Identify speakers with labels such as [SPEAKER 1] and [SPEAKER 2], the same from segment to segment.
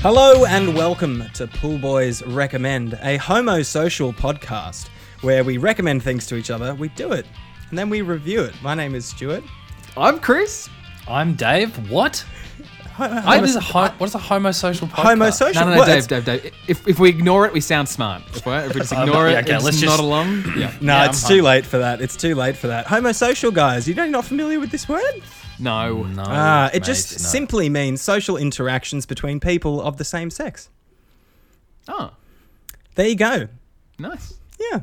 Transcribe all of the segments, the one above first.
[SPEAKER 1] Hello and welcome to Pool Boys Recommend, a homosocial podcast where we recommend things to each other, we do it, and then we review it. My name is Stuart.
[SPEAKER 2] I'm Chris.
[SPEAKER 3] I'm Dave. What? I, there's a ho- what is a homosocial podcast?
[SPEAKER 1] Homosocial.
[SPEAKER 2] No, no, no,
[SPEAKER 1] What?
[SPEAKER 2] Dave, Dave, Dave. If, if we ignore it, we sound smart. If, we if we just ignore
[SPEAKER 3] yeah,
[SPEAKER 2] it,
[SPEAKER 3] okay,
[SPEAKER 2] it's
[SPEAKER 3] let's
[SPEAKER 2] not
[SPEAKER 3] just-
[SPEAKER 2] along. Yeah.
[SPEAKER 1] No,
[SPEAKER 3] Yeah,
[SPEAKER 1] it's
[SPEAKER 3] I'm
[SPEAKER 1] too
[SPEAKER 3] home.
[SPEAKER 1] late for that. It's too late for that. Homosocial guys, you know you're not familiar with this word?
[SPEAKER 2] No.
[SPEAKER 3] No,
[SPEAKER 1] Ah, it
[SPEAKER 3] Oh, mate,
[SPEAKER 1] just
[SPEAKER 3] no.
[SPEAKER 1] simply means social interactions between people of the same sex.
[SPEAKER 2] Oh,
[SPEAKER 1] There you go.
[SPEAKER 2] nice.
[SPEAKER 1] Yeah.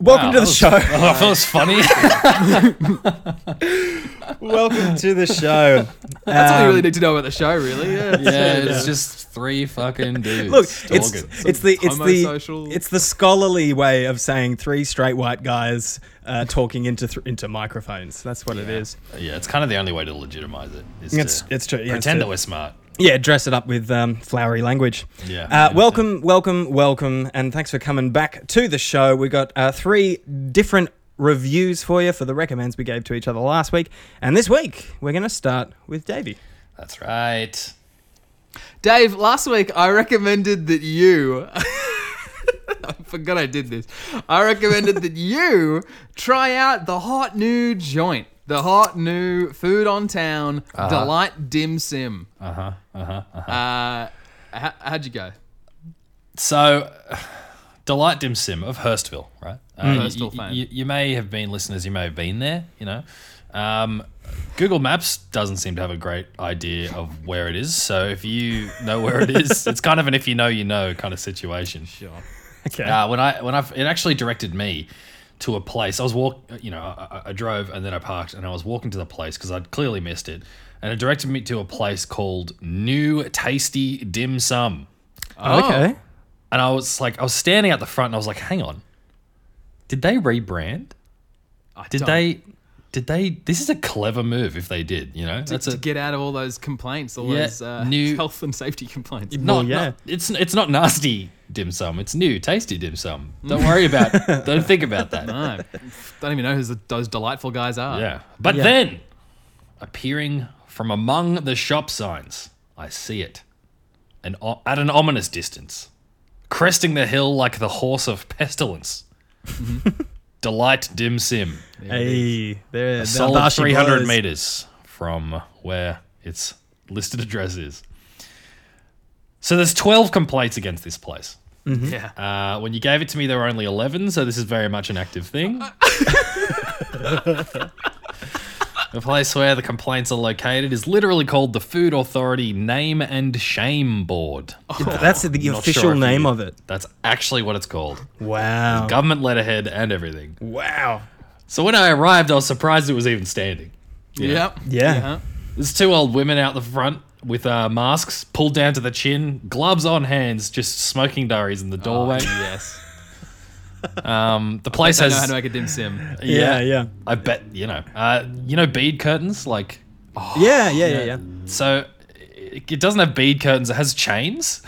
[SPEAKER 1] Welcome
[SPEAKER 3] Wow,
[SPEAKER 1] to the
[SPEAKER 3] that was-
[SPEAKER 1] show.
[SPEAKER 3] Oh, that was funny.
[SPEAKER 1] Welcome to the show.
[SPEAKER 2] That's all you
[SPEAKER 1] Um,
[SPEAKER 2] really need to know about the show, really. Yeah.
[SPEAKER 3] yeah, it's just three fucking dudes.
[SPEAKER 1] Look, it's
[SPEAKER 3] talking.
[SPEAKER 1] it's the it's the
[SPEAKER 2] homosocial-
[SPEAKER 1] it's the scholarly way of saying three straight white guys uh, talking into th- into microphones. That's what it is.
[SPEAKER 3] yeah, it's kind of the only way to legitimize it. Is
[SPEAKER 1] It's-
[SPEAKER 3] to
[SPEAKER 1] it's true, yeah, it's
[SPEAKER 3] pretend
[SPEAKER 1] true.
[SPEAKER 3] that we're smart.
[SPEAKER 1] Yeah, dress it up with um, flowery language.
[SPEAKER 3] Yeah,
[SPEAKER 1] Uh,
[SPEAKER 3] anything.
[SPEAKER 1] welcome, welcome, welcome, and thanks for coming back to the show. We got uh, three different reviews for you for the recommends we gave to each other last week, and this week we're going to start with Davey.
[SPEAKER 3] That's right.
[SPEAKER 2] Dave, last week I recommended that you. I forgot I did this. I recommended that you try out the hot new joint, the hot new food on town, Delight Dim Sim.
[SPEAKER 3] Uh huh. Uh huh. Uh-huh.
[SPEAKER 2] Uh, how, how'd you go?
[SPEAKER 3] So, Delight Dim Sim of Hurstville, right? Uh, you-
[SPEAKER 2] Hurstville
[SPEAKER 3] you,
[SPEAKER 2] fame.
[SPEAKER 3] you- you may have been listeners, you may have been there, you know. Um, Google Maps doesn't seem to have a great idea of where it is. So, if you know where it is, it's kind of an if you know, you know kind of situation.
[SPEAKER 2] Sure.
[SPEAKER 1] Okay.
[SPEAKER 3] Uh, when I when I it actually directed me to a place. I was walk, you know, I, I- I drove and then I parked and I was walking to the place because I'd clearly missed it, and it directed me to a place called New Tasty Dim Sum.
[SPEAKER 1] okay.
[SPEAKER 3] Oh. And I was like, I was standing at the front and I was like, hang on, did they rebrand?
[SPEAKER 2] I
[SPEAKER 3] Did
[SPEAKER 2] don't-
[SPEAKER 3] they? Did they? This is a clever move if they did. You know, that's
[SPEAKER 2] to
[SPEAKER 3] a
[SPEAKER 2] get out of all those complaints, all
[SPEAKER 3] Yeah,
[SPEAKER 2] those uh,
[SPEAKER 3] new-
[SPEAKER 2] health and safety complaints.
[SPEAKER 3] not,
[SPEAKER 1] Well, yeah.
[SPEAKER 3] not- it's it's not nasty dim sum. It's new, tasty dim sum. Don't worry about. don't think about that.
[SPEAKER 2] No, don't even know who those delightful guys are.
[SPEAKER 3] Yeah. But
[SPEAKER 1] Yeah.
[SPEAKER 3] then, appearing from among the shop signs, I see it, and o- at an ominous distance, cresting the hill like the horse of pestilence. Delight dim sim,
[SPEAKER 1] Hey, there,
[SPEAKER 3] a
[SPEAKER 1] there-
[SPEAKER 3] solid
[SPEAKER 1] there she
[SPEAKER 3] three hundred
[SPEAKER 1] blows.
[SPEAKER 3] meters from where its listed address is. So there's twelve complaints against this place.
[SPEAKER 2] yeah.
[SPEAKER 3] Uh, when you gave it to me, there were only 11, so this is very much an active thing. the place where the complaints are located is literally called the Food Authority Name and Shame Board.
[SPEAKER 1] That's the
[SPEAKER 3] Not
[SPEAKER 1] official
[SPEAKER 3] sure if you-
[SPEAKER 1] name of it.
[SPEAKER 3] That's actually what it's called.
[SPEAKER 1] Wow.
[SPEAKER 3] Government letterhead and everything.
[SPEAKER 1] Wow.
[SPEAKER 3] So when I arrived, I was surprised it was even standing.
[SPEAKER 2] Yep.
[SPEAKER 1] Yeah.
[SPEAKER 3] Uh-huh. There's two old women out the front with uh, masks pulled down to the chin, gloves on hands, just smoking diaries in the doorway.
[SPEAKER 2] yes.
[SPEAKER 3] um, the place
[SPEAKER 2] Oh. I know how
[SPEAKER 3] has
[SPEAKER 2] to make a dim sim.
[SPEAKER 1] Yeah, yeah.
[SPEAKER 3] I bet you know. Uh, you know bead curtains, like
[SPEAKER 1] Yeah, yeah, yeah, yeah.
[SPEAKER 3] so. It, it doesn't have bead curtains. It has chains.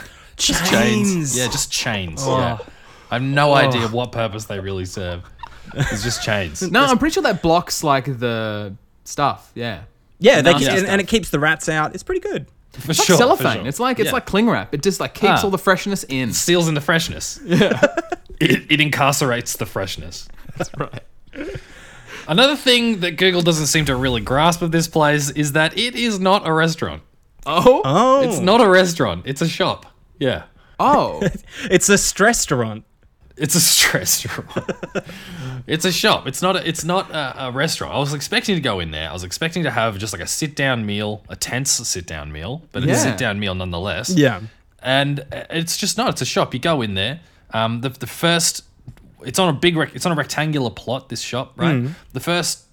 [SPEAKER 1] Chains.
[SPEAKER 3] Yeah, just chains. Yeah.
[SPEAKER 2] Oh.
[SPEAKER 3] I have no idea what purpose they really serve. It's just chains.
[SPEAKER 2] No, I'm pretty sure that blocks like the stuff. Yeah.
[SPEAKER 1] Yeah, they,
[SPEAKER 2] Nasty
[SPEAKER 1] and,
[SPEAKER 2] stuff.
[SPEAKER 1] and it keeps the rats out. It's pretty good.
[SPEAKER 3] for
[SPEAKER 2] It's
[SPEAKER 3] sure. for
[SPEAKER 2] like cellophane.
[SPEAKER 3] sure.
[SPEAKER 2] It's like it's
[SPEAKER 3] Yeah.
[SPEAKER 2] like cling wrap. It just like
[SPEAKER 3] Ah.
[SPEAKER 2] keeps all the freshness in.
[SPEAKER 3] seals into freshness. Yeah. it, it incarcerates the freshness.
[SPEAKER 2] That's right.
[SPEAKER 3] Another thing that Google doesn't seem to really grasp of this place is that it is not a restaurant.
[SPEAKER 2] Oh.
[SPEAKER 1] Oh,
[SPEAKER 3] It's not a restaurant. It's a shop. Yeah.
[SPEAKER 2] Oh.
[SPEAKER 1] It's a stresstorant.
[SPEAKER 3] It's a stress restaurant. it's a shop. It's not. A, it's not a, a restaurant. I was expecting to go in there. I was expecting to have just like a sit down meal, a tense sit down meal, but it's
[SPEAKER 2] Yeah.
[SPEAKER 3] a sit down meal nonetheless.
[SPEAKER 1] Yeah.
[SPEAKER 3] And uh, it's just not. It's a shop. You go in there. Um, the the first. It's on a big. Rec- it's on a rectangular plot. This shop, right? The first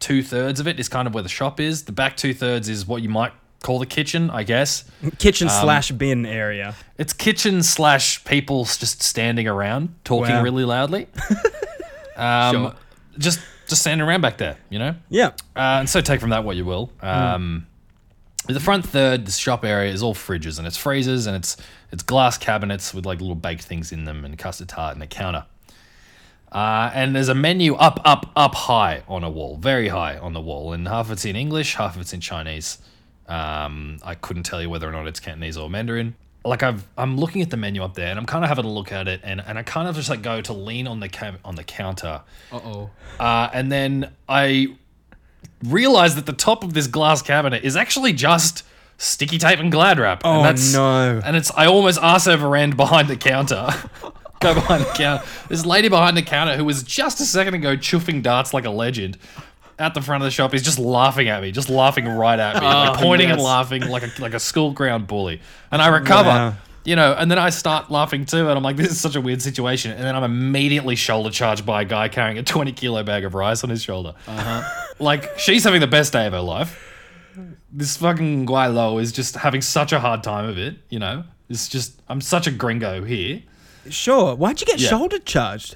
[SPEAKER 3] two thirds of it is kind of where the shop is. The back two thirds is what you might call the kitchen, I guess.
[SPEAKER 1] Kitchen
[SPEAKER 3] Um,
[SPEAKER 1] slash bin area.
[SPEAKER 3] It's kitchen slash people s- just standing around talking
[SPEAKER 1] Wow.
[SPEAKER 3] really loudly. um,
[SPEAKER 2] Sure.
[SPEAKER 3] Just just standing around back there, you know.
[SPEAKER 1] Yeah.
[SPEAKER 3] Uh, and so take from that what you will. Um, The front third, the shop area, is all fridges and it's freezers and it's it's glass cabinets with like little baked things in them and custard tart and a counter. Uh, and there's a menu up, up, up high on a wall, very high on the wall, and half of it's in English, half of it's in Chinese. Um, I couldn't tell you whether or not it's Cantonese or Mandarin. Like I've, I'm looking at the menu up there, and I'm kind of having a look at it, and, and I kind of just like go to lean on the cam- on the counter,
[SPEAKER 2] Uh oh.
[SPEAKER 3] uh, and then I realize that the top of this glass cabinet is actually just sticky tape and glad wrap.
[SPEAKER 1] Oh,
[SPEAKER 3] and that's,
[SPEAKER 1] no.
[SPEAKER 3] And it's I almost arse over end behind the counter. Go behind the counter. This lady behind the counter who was just a second ago chuffing darts like a legend. At the front of the shop is just laughing at me, just laughing right at me, like pointing and
[SPEAKER 2] yes.
[SPEAKER 3] laughing like a like a school ground bully. And I recover,
[SPEAKER 1] Wow.
[SPEAKER 3] you know, and then I start laughing too, and I'm like, this is such a weird situation. And then I'm immediately shoulder charged by a guy carrying a 20 kilo bag of rice on his shoulder. Like she's having the best day of her life. This fucking Guaylo is just having such a hard time of it. You know, it's just I'm such a gringo here.
[SPEAKER 1] Sure. Why'd you get
[SPEAKER 3] Yeah.
[SPEAKER 1] shoulder charged?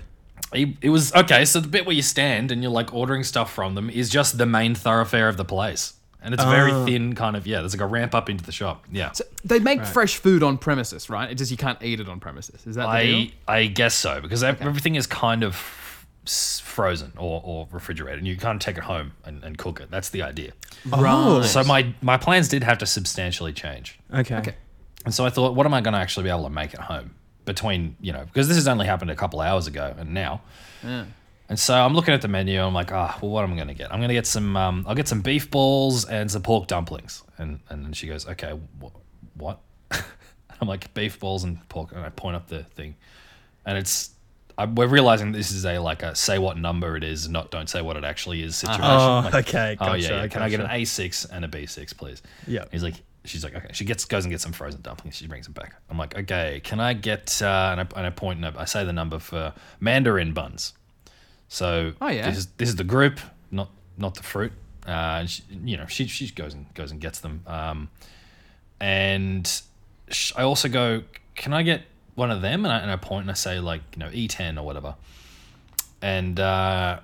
[SPEAKER 3] He- It was okay. So the bit where you stand and you're like ordering stuff from them is just the main thoroughfare of the place, and it's very thin kind of yeah. There's like a ramp up into the shop. Yeah,
[SPEAKER 2] So they make fresh food on premises, right? It just you can't eat it on premises. Is that the deal?
[SPEAKER 3] I I guess so because ev- everything is kind of s- frozen or, or refrigerated, and you can't take it home and, and cook it. That's the idea.
[SPEAKER 2] Right.
[SPEAKER 3] Oh, So my my plans did have to substantially change.
[SPEAKER 1] Okay.
[SPEAKER 2] Okay.
[SPEAKER 3] And so I thought, what am I going to actually be able to make at home between, you know, because this has only happened a couple hours ago and now. And so I'm looking at the menu. I'm like, ah, well, what am I going to get? I'm going to get some, um, I'll get some beef balls and some pork dumplings. And and then she goes, okay, wh- what? I'm like, beef balls and pork. And I point up the thing. And it's, I, we're realizing this is a like a say what number it is, not don't say what it actually is situation.
[SPEAKER 1] Oh,
[SPEAKER 3] Like,
[SPEAKER 1] okay.
[SPEAKER 3] Oh
[SPEAKER 1] Gotcha.
[SPEAKER 3] yeah, yeah. Can I get an
[SPEAKER 1] gotcha.
[SPEAKER 3] A six and a B six, please?
[SPEAKER 1] Yeah.
[SPEAKER 3] He's like, she's like, okay. She gets goes and gets some frozen dumplings. She brings them back. I'm like, okay. Can I get uh, and, I, and I point and I, I say the number for Mandarin buns. So
[SPEAKER 2] Oh, yeah.
[SPEAKER 3] this is this is the group, not not the fruit. Uh, and she, you know, she she goes and goes and gets them. Um, and sh- I also go, can I get one of them? And I, and I point and I say like, you know, E10 or whatever. And uh,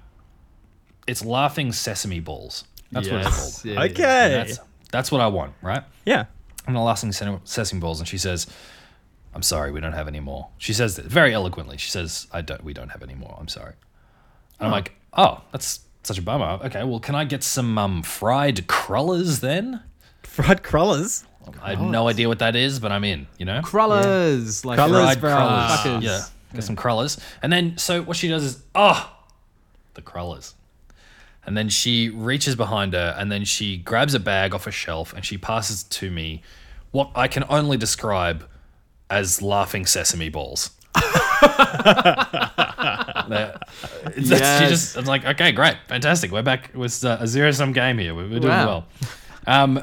[SPEAKER 3] it's laughing sesame balls. That's what it's called.
[SPEAKER 2] Yes, yeah, yeah, yeah.
[SPEAKER 1] Okay.
[SPEAKER 3] That's that's what I want, right?
[SPEAKER 1] yeah.
[SPEAKER 3] I'm the last thing sen- sesame balls, and she says, "I'm sorry, we don't have any more." She says that very eloquently. She says, "I don't, we don't have any more. I'm sorry." And I'm like, "Oh, that's such a bummer." Okay, well, can I get some um, fried crullers then?
[SPEAKER 1] Fried crullers.
[SPEAKER 3] I have no idea what that is, but I'm in. You know,
[SPEAKER 2] Crullers, like
[SPEAKER 1] Crullers,
[SPEAKER 2] fried
[SPEAKER 1] bro.
[SPEAKER 3] crullers.
[SPEAKER 2] crullers. Fuckers.
[SPEAKER 3] Yeah, get some crullers. And then, so what she does is, oh, the crullers. And then she reaches behind her and then she grabs a bag off a shelf and she passes to me what I can only describe as laughing sesame balls. That- it's- that's- She
[SPEAKER 2] Yes.
[SPEAKER 3] just, I'm like, okay, great, fantastic. We're back. It was uh, a zero sum game here. We're, we're doing
[SPEAKER 2] Wow.
[SPEAKER 3] well. Um,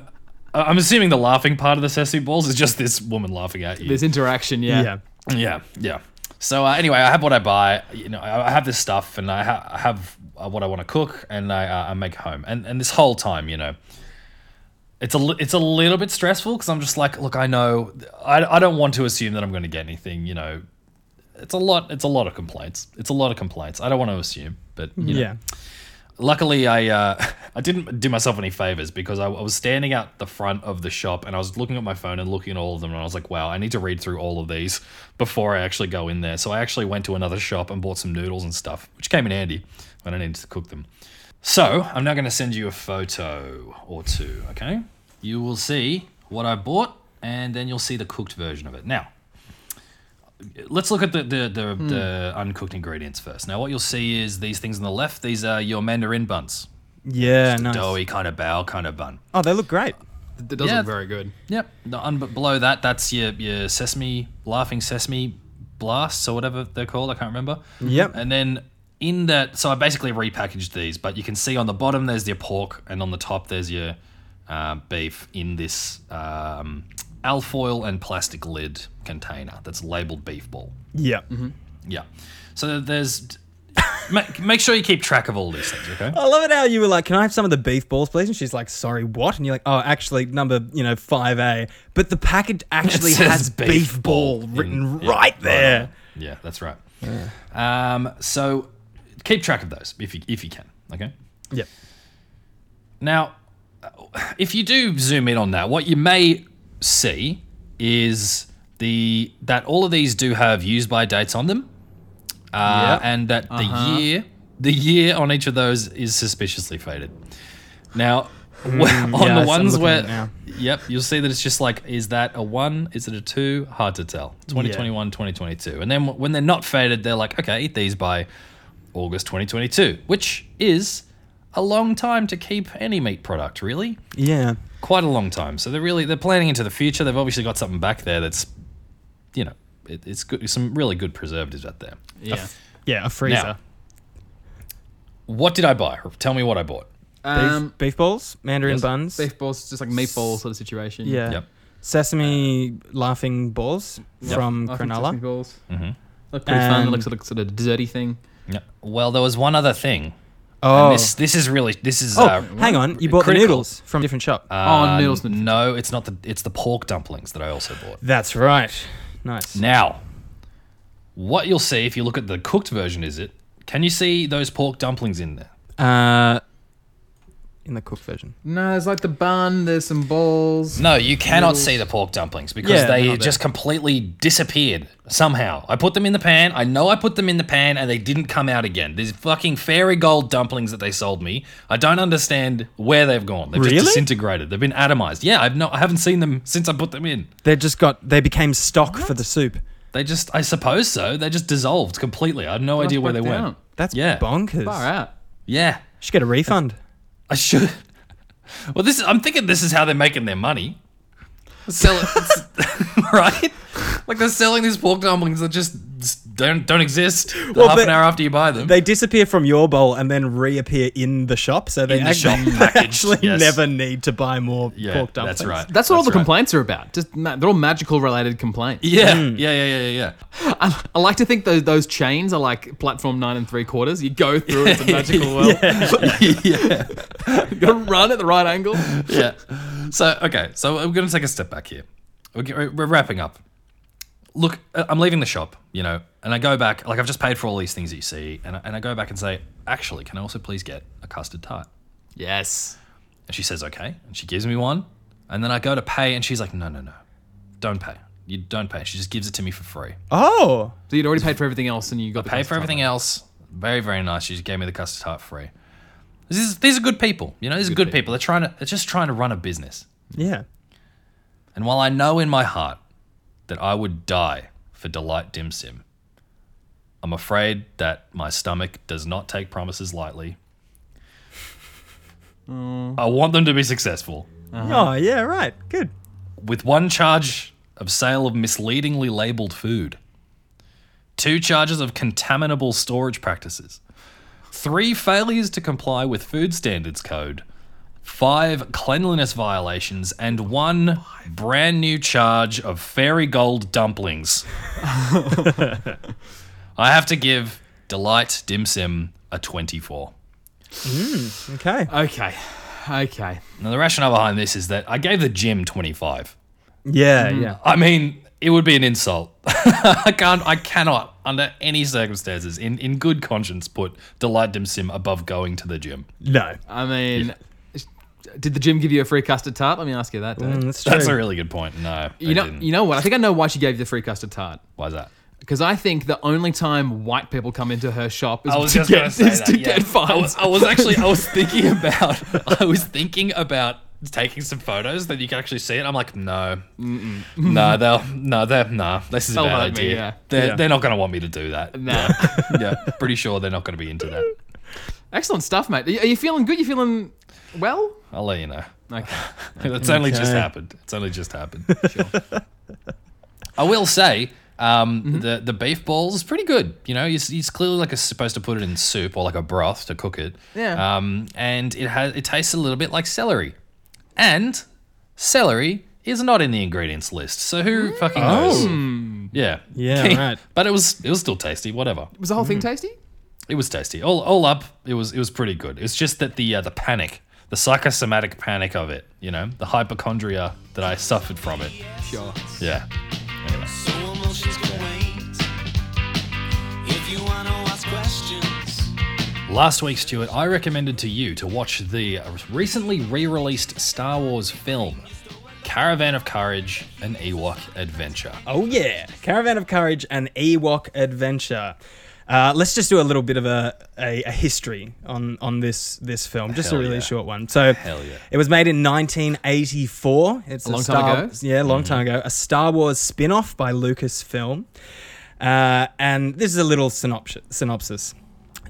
[SPEAKER 3] I- I'm assuming the laughing part of the sesame balls is just this woman laughing at you.
[SPEAKER 2] There's interaction, yeah.
[SPEAKER 3] Yeah, yeah. So uh, anyway, I have what I buy. You know, I I have this stuff, and I, ha- I have uh, what I want to cook, and I, uh, I make home. And and this whole time, you know, it's a li- it's a little bit stressful because I'm just like, look, I know, I, I don't want to assume that I'm going to get anything. You know, it's a lot. It's a lot of complaints. It's a lot of complaints. I don't want to assume, but you know,
[SPEAKER 1] Yeah.
[SPEAKER 3] luckily I uh, I didn't do myself any favors because I, I was standing out the front of the shop and I was looking at my phone and looking at all of them and I was like, wow, I need to read through all of these before I actually go in there. So I actually went to another shop and bought some noodles and stuff, which came in handy when I needed to cook them. So I'm now going to send you a photo or two. Okay, you will see what I bought and then you'll see the cooked version of it. Now. Let's look at the the, the, the uncooked ingredients first. Now, what you'll see is these things on the left. These are your mandarin buns,
[SPEAKER 1] Yeah. Nice.
[SPEAKER 3] doughy kind of bao kind of bun.
[SPEAKER 1] Oh, they look great.
[SPEAKER 2] It does
[SPEAKER 3] Yeah.
[SPEAKER 2] look very good.
[SPEAKER 3] Yep. The un- but below that, that's your your sesame laughing sesame blasts or whatever they're called. I can't remember.
[SPEAKER 1] Yep.
[SPEAKER 3] And then in that, so I basically repackaged these, but you can see on the bottom there's your pork, and on the top there's your uh, beef in this um, alfoil and plastic lid container that's labeled beef ball.
[SPEAKER 1] Yeah.
[SPEAKER 3] Mm-hmm. Yeah. So there's. make, make sure you keep track of all these things, okay?
[SPEAKER 1] I love it how you were like, "Can I have some of the beef balls, please?" And she's like, "Sorry, what?" And you're like, "Oh, actually, number you know five A." But the package actually
[SPEAKER 3] says
[SPEAKER 1] has beef,
[SPEAKER 3] beef
[SPEAKER 1] ball,
[SPEAKER 3] ball
[SPEAKER 1] written
[SPEAKER 3] in- yeah,
[SPEAKER 1] right
[SPEAKER 3] right
[SPEAKER 1] there.
[SPEAKER 3] Yeah, that's right. Um, so keep track of those if you if you can, okay?
[SPEAKER 1] Yep.
[SPEAKER 3] Now, if you do zoom in on that, what you may see is the that all of these do have use by dates on them, uh,
[SPEAKER 2] Yep.
[SPEAKER 3] and
[SPEAKER 1] Uh-huh.
[SPEAKER 3] that the year the year on each of those is suspiciously faded. Now, on
[SPEAKER 1] Mm, Yeah,
[SPEAKER 3] the
[SPEAKER 1] that's- I'm
[SPEAKER 3] ones
[SPEAKER 1] looking
[SPEAKER 3] where
[SPEAKER 1] at it now.
[SPEAKER 3] yep you'll see that it's just like is that a one is it a two hard to tell 2021 2022 and then w- when they're not faded they're like okay eat these by august 2022 which is a long time to keep any meat product really
[SPEAKER 1] Yeah.
[SPEAKER 3] quite a long time so they're really they're planning into the future they've obviously got something back there that's you know it, it's good some really good preservatives out there
[SPEAKER 2] Yeah.
[SPEAKER 1] Yeah, a freezer.
[SPEAKER 3] what did i buy tell me what i bought
[SPEAKER 2] Um,
[SPEAKER 1] beef, beef balls, mandarin
[SPEAKER 3] yes,
[SPEAKER 1] buns.
[SPEAKER 2] beef balls, just like meatball sort of situation.
[SPEAKER 1] Yeah.
[SPEAKER 3] Yep.
[SPEAKER 1] Sesame laughing balls from
[SPEAKER 2] I think sesame
[SPEAKER 1] granola.
[SPEAKER 2] balls.
[SPEAKER 3] Mm-hmm.
[SPEAKER 2] Look pretty fun.
[SPEAKER 1] And-
[SPEAKER 2] Looks like sort of desserty thing.
[SPEAKER 3] Yeah. well there was one other thing
[SPEAKER 1] Oh,
[SPEAKER 3] this this is really this is
[SPEAKER 1] oh
[SPEAKER 3] uh,
[SPEAKER 1] hang on. You bought the
[SPEAKER 3] critical.
[SPEAKER 1] noodles from a different shop.
[SPEAKER 3] Uh,
[SPEAKER 2] Oh, noodles.
[SPEAKER 3] No, it's not the. It's the pork dumplings that I also bought.
[SPEAKER 1] That's right. Nice.
[SPEAKER 3] Now, what you'll see if you look at the cooked version is it? Can you see those pork dumplings in there?
[SPEAKER 1] Uh, in the cooked version.
[SPEAKER 2] No, there's like the bun. There's some balls.
[SPEAKER 3] No, you cannot
[SPEAKER 2] Noodles.
[SPEAKER 3] see the pork dumplings because
[SPEAKER 1] Yeah, they're
[SPEAKER 3] they
[SPEAKER 1] not there.
[SPEAKER 3] just completely disappeared somehow. I put them in the pan. I know I put them in the pan and they didn't come out again. These fucking fairy gold dumplings that they sold me. I don't understand where they've gone. They've
[SPEAKER 1] Really?
[SPEAKER 3] just disintegrated. They've been atomized. Yeah, I've not I haven't seen them since I put them in.
[SPEAKER 1] They just got. They became stock for the soup.
[SPEAKER 3] They just I suppose so. They just dissolved completely. I have no idea where they
[SPEAKER 2] fucked
[SPEAKER 3] went.
[SPEAKER 2] down.
[SPEAKER 1] That's
[SPEAKER 3] Yeah.
[SPEAKER 1] bonkers.
[SPEAKER 2] Far out.
[SPEAKER 3] Yeah,
[SPEAKER 1] Should get a refund.
[SPEAKER 3] I should. Well, this I'm thinking this is how they're making their money. Sell it, right? Like they're selling these pork dumplings that just don't don't exist.
[SPEAKER 1] Well,
[SPEAKER 3] half
[SPEAKER 1] but
[SPEAKER 3] an hour after you buy them,
[SPEAKER 1] They disappear from your bowl and then reappear in the shop, so they
[SPEAKER 3] In the
[SPEAKER 1] actually,
[SPEAKER 3] shop,
[SPEAKER 1] they
[SPEAKER 3] packaged,
[SPEAKER 1] actually
[SPEAKER 3] yes.
[SPEAKER 1] never need to buy more
[SPEAKER 3] yeah,
[SPEAKER 1] pork dumplings.
[SPEAKER 3] that's right.
[SPEAKER 2] That's what all the
[SPEAKER 3] right.
[SPEAKER 2] complaints are about. Just ma- they're all magical related complaints.
[SPEAKER 3] Yeah,
[SPEAKER 1] Hmm.
[SPEAKER 3] yeah, yeah, yeah, yeah,
[SPEAKER 2] I, I like to think those those chains are like platform nine and three quarters. You go through it's a magical world.
[SPEAKER 3] yeah,
[SPEAKER 2] You gotta run at the right angle.
[SPEAKER 3] yeah, yeah. So okay, so we're gonna take a step back here. We're, g- we're wrapping up. Look, I- I'm leaving the shop, you know, and I go back. Like I've just paid for all these things that you see, and I, and I go back and say, actually, can I also please get a custard tart?
[SPEAKER 2] Yes.
[SPEAKER 3] And she says, okay. And she gives me one. And then I go to pay and she's like, no, no, no. Don't pay. You don't pay. She just gives it to me for free.
[SPEAKER 1] Oh,
[SPEAKER 2] So you'd already paid for everything else, and you got the
[SPEAKER 3] Pay for
[SPEAKER 2] custard.
[SPEAKER 3] everything else. Very, very nice. She just gave me the custard tart free. This is, these are good people. You know, these are good people. They're trying to, they're just trying to run a business.
[SPEAKER 1] yeah.
[SPEAKER 3] And while I know in my heart that I would die for Delight Dim Sim, I'm afraid that my stomach does not take promises lightly. I want them to be successful.
[SPEAKER 1] Oh, yeah. Right. Good.
[SPEAKER 3] with one charge of sale of misleadingly labeled food, two charges of contaminable storage practices, three failures to comply with food standards code, five cleanliness violations, and one brand new charge of fairy gold dumplings. I have to give Delight Dim Sim a 24.
[SPEAKER 1] Okay.
[SPEAKER 2] Okay. Okay.
[SPEAKER 3] Now, the rationale behind this is that I gave the gym 25.
[SPEAKER 1] Yeah. Yeah.
[SPEAKER 3] I mean, it would be an insult. I can't. I cannot, under any circumstances, in, in good conscience, put Delight Dim Sim above going to the gym.
[SPEAKER 1] No.
[SPEAKER 2] I mean, did the gym give you a free custard tart? Let me ask you that. Dave.
[SPEAKER 1] Mm, that's true.
[SPEAKER 3] That's a really good point. No,
[SPEAKER 2] You know,
[SPEAKER 3] did
[SPEAKER 2] you know what? I think I know why she gave you the free custard tart.
[SPEAKER 3] why is that?
[SPEAKER 2] Because I think the only time white people come into her shop is
[SPEAKER 3] I was
[SPEAKER 2] to
[SPEAKER 3] just
[SPEAKER 2] get,
[SPEAKER 3] going to say
[SPEAKER 2] is
[SPEAKER 3] that.
[SPEAKER 2] to
[SPEAKER 3] yeah.
[SPEAKER 2] get
[SPEAKER 3] I
[SPEAKER 2] fines.
[SPEAKER 3] was, I was actually. I was thinking about. I was thinking about taking some photos that you can actually see it. I'm like, no, no, they'll, no, they're, nah. This is a
[SPEAKER 2] They'll
[SPEAKER 3] bad
[SPEAKER 2] like me,
[SPEAKER 3] idea.
[SPEAKER 2] yeah.
[SPEAKER 3] They're,
[SPEAKER 1] Yeah.
[SPEAKER 3] they're not going to want me to do that.
[SPEAKER 2] Nah.
[SPEAKER 3] yeah, pretty sure they're not going to be into that.
[SPEAKER 2] Excellent stuff, mate. Are you, are you feeling good? You feeling well?
[SPEAKER 3] I'll let you know.
[SPEAKER 2] Okay.
[SPEAKER 3] That's only just
[SPEAKER 1] Okay.
[SPEAKER 3] happened. It's only just happened. I will say um,
[SPEAKER 1] Mm-hmm.
[SPEAKER 3] the the beef balls is pretty good. You know, he's, he's clearly like a, supposed to put it in soup or like a broth to cook it.
[SPEAKER 2] Yeah.
[SPEAKER 3] Um, and it has it tastes a little bit like celery, and celery is not in the ingredients list. So who fucking knows? Yeah.
[SPEAKER 1] Oh. Yeah, right.
[SPEAKER 3] But it was it was still tasty. Whatever.
[SPEAKER 2] Was the whole
[SPEAKER 3] Mm.
[SPEAKER 2] thing tasty?
[SPEAKER 3] It was tasty. All, all up, it was it was pretty good. It's just that the uh, the panic, the psychosomatic panic of it, you know, the hypochondria that I suffered from it.
[SPEAKER 2] Sure.
[SPEAKER 3] Yeah.
[SPEAKER 4] So emotions can wait. If you wanna ask questions,
[SPEAKER 3] Last week, Stuart, I recommended to you to watch the recently re-released Star Wars film, Caravan of Courage: An Ewok Adventure.
[SPEAKER 1] Oh yeah, Caravan of Courage and Ewok Adventure. Uh, let's just do a little bit of a, a, a history on, on this this film, just
[SPEAKER 3] Hell
[SPEAKER 1] a really
[SPEAKER 3] yeah.
[SPEAKER 1] short one. So,
[SPEAKER 3] Hell yeah.
[SPEAKER 1] it was made in 1984. It's a,
[SPEAKER 2] long time
[SPEAKER 1] Star,
[SPEAKER 2] ago?
[SPEAKER 1] Yeah, a long time ago. A Star Wars spin off by Lucasfilm. Uh, and this is a little synopsis. synopsis.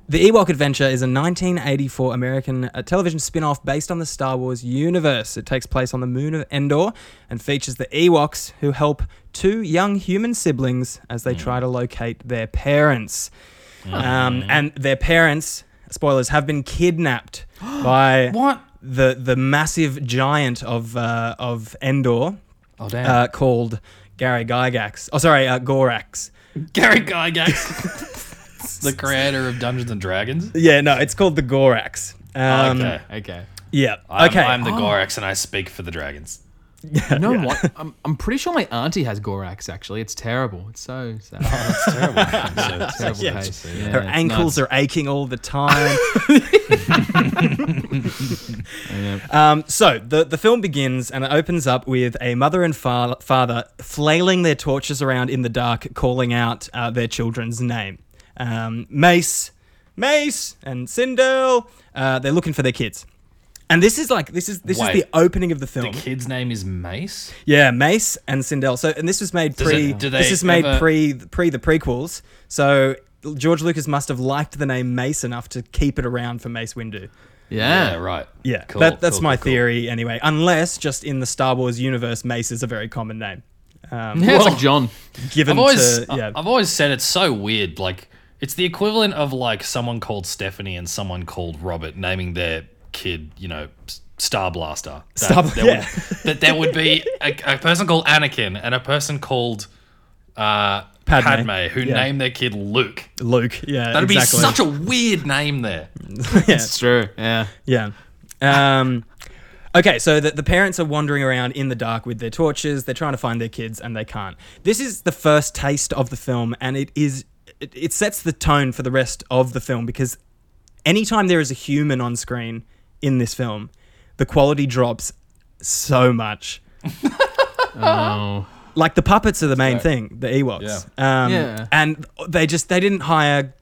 [SPEAKER 1] The Ewok Adventure is a 1984 American uh, television spin off based on the Star Wars universe. It takes place on the moon of Endor and features the Ewoks, who help two young human siblings as they try to locate their parents.
[SPEAKER 2] Mm.
[SPEAKER 1] Um, and their parents, spoilers, have been kidnapped by
[SPEAKER 3] What?
[SPEAKER 1] the the massive giant of uh, of Endor
[SPEAKER 3] Oh damn.
[SPEAKER 1] uh, called Gary Gygax. Oh, sorry, uh, Gorax.
[SPEAKER 3] Gary Gygax, the creator of Dungeons and Dragons.
[SPEAKER 1] Yeah, no, it's called the Gorax. Um,
[SPEAKER 3] okay.
[SPEAKER 2] Okay.
[SPEAKER 1] Yeah.
[SPEAKER 3] I'm,
[SPEAKER 1] okay.
[SPEAKER 3] I'm the Gorax and I speak for the dragons.
[SPEAKER 2] You know what? I'm, I'm pretty sure my auntie has Gorax, actually. It's terrible. It's so sad.
[SPEAKER 3] It's terrible. So it's
[SPEAKER 2] terrible
[SPEAKER 1] yeah,
[SPEAKER 2] taste. Yeah,
[SPEAKER 1] Her
[SPEAKER 2] it's
[SPEAKER 1] ankles
[SPEAKER 2] nuts.
[SPEAKER 1] are aching all the time. um, so the, the film begins and it opens up with a mother and fa- father flailing their torches around in the dark, calling out uh, their children's name. Um, Mace, Mace, and Sindel. Uh, they're looking for their kids. And this is like this is this
[SPEAKER 3] Wait.
[SPEAKER 1] is the opening of the film.
[SPEAKER 3] The kid's name is Mace.
[SPEAKER 1] Yeah, Mace and Sindel. So, and this was made
[SPEAKER 3] it-
[SPEAKER 1] pre.
[SPEAKER 3] do
[SPEAKER 1] this
[SPEAKER 3] they
[SPEAKER 1] is made
[SPEAKER 3] ever-
[SPEAKER 1] pre pre the prequels. So George Lucas must have liked the name Mace enough to keep it around for Mace Windu.
[SPEAKER 2] Yeah.
[SPEAKER 3] right.
[SPEAKER 1] Yeah,
[SPEAKER 3] Cool,
[SPEAKER 1] that, that's
[SPEAKER 3] cool,
[SPEAKER 1] my
[SPEAKER 3] cool, cool.
[SPEAKER 1] theory anyway. Unless just in the Star Wars universe, Mace is a very common name. Um,
[SPEAKER 2] Yeah, it's
[SPEAKER 3] Well,
[SPEAKER 2] like John.
[SPEAKER 1] Given
[SPEAKER 3] I've always,
[SPEAKER 1] to yeah,
[SPEAKER 3] I've always said it's so weird. Like it's the equivalent of like someone called Stephanie and someone called Robert naming their kid, you know, S- Star Blaster. That,
[SPEAKER 1] Star-
[SPEAKER 3] there
[SPEAKER 1] yeah.
[SPEAKER 3] would, that there would be a, a person called Anakin and a person called uh,
[SPEAKER 1] Padme.
[SPEAKER 3] Padme. who
[SPEAKER 1] Yeah.
[SPEAKER 3] named their kid Luke.
[SPEAKER 1] Luke. Yeah,
[SPEAKER 3] That'd
[SPEAKER 1] exactly.
[SPEAKER 3] be such a weird name there.
[SPEAKER 2] It's true. Yeah.
[SPEAKER 1] Yeah. Um, okay, so the, the parents are wandering around in the dark with their torches. They're trying to find their kids and they can't. This is the first taste of the film, and it is it, it sets the tone for the rest of the film because anytime there is a human on screen in this film, the quality drops so much.
[SPEAKER 2] Oh.
[SPEAKER 1] Like the puppets are the main thing, the Ewoks. Um,
[SPEAKER 2] Yeah.
[SPEAKER 1] And they just they didn't hire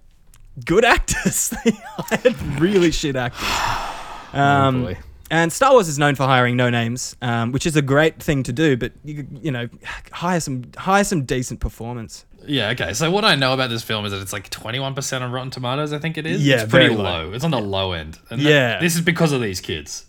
[SPEAKER 1] good actors. they hired really shit actors. Um,
[SPEAKER 3] Oh,
[SPEAKER 2] boy.
[SPEAKER 1] and Star Wars is known for hiring no names, um, which is a great thing to do. But you, you know, hire some hire some decent performance.
[SPEAKER 3] Yeah, okay. So what I know about this film is that it's like 21% on Rotten Tomatoes, I think it is.
[SPEAKER 1] Yeah,
[SPEAKER 3] it's pretty
[SPEAKER 1] very
[SPEAKER 3] low.
[SPEAKER 1] low.
[SPEAKER 3] It's on the low end. And that-
[SPEAKER 1] Yeah.
[SPEAKER 3] this is because of these kids.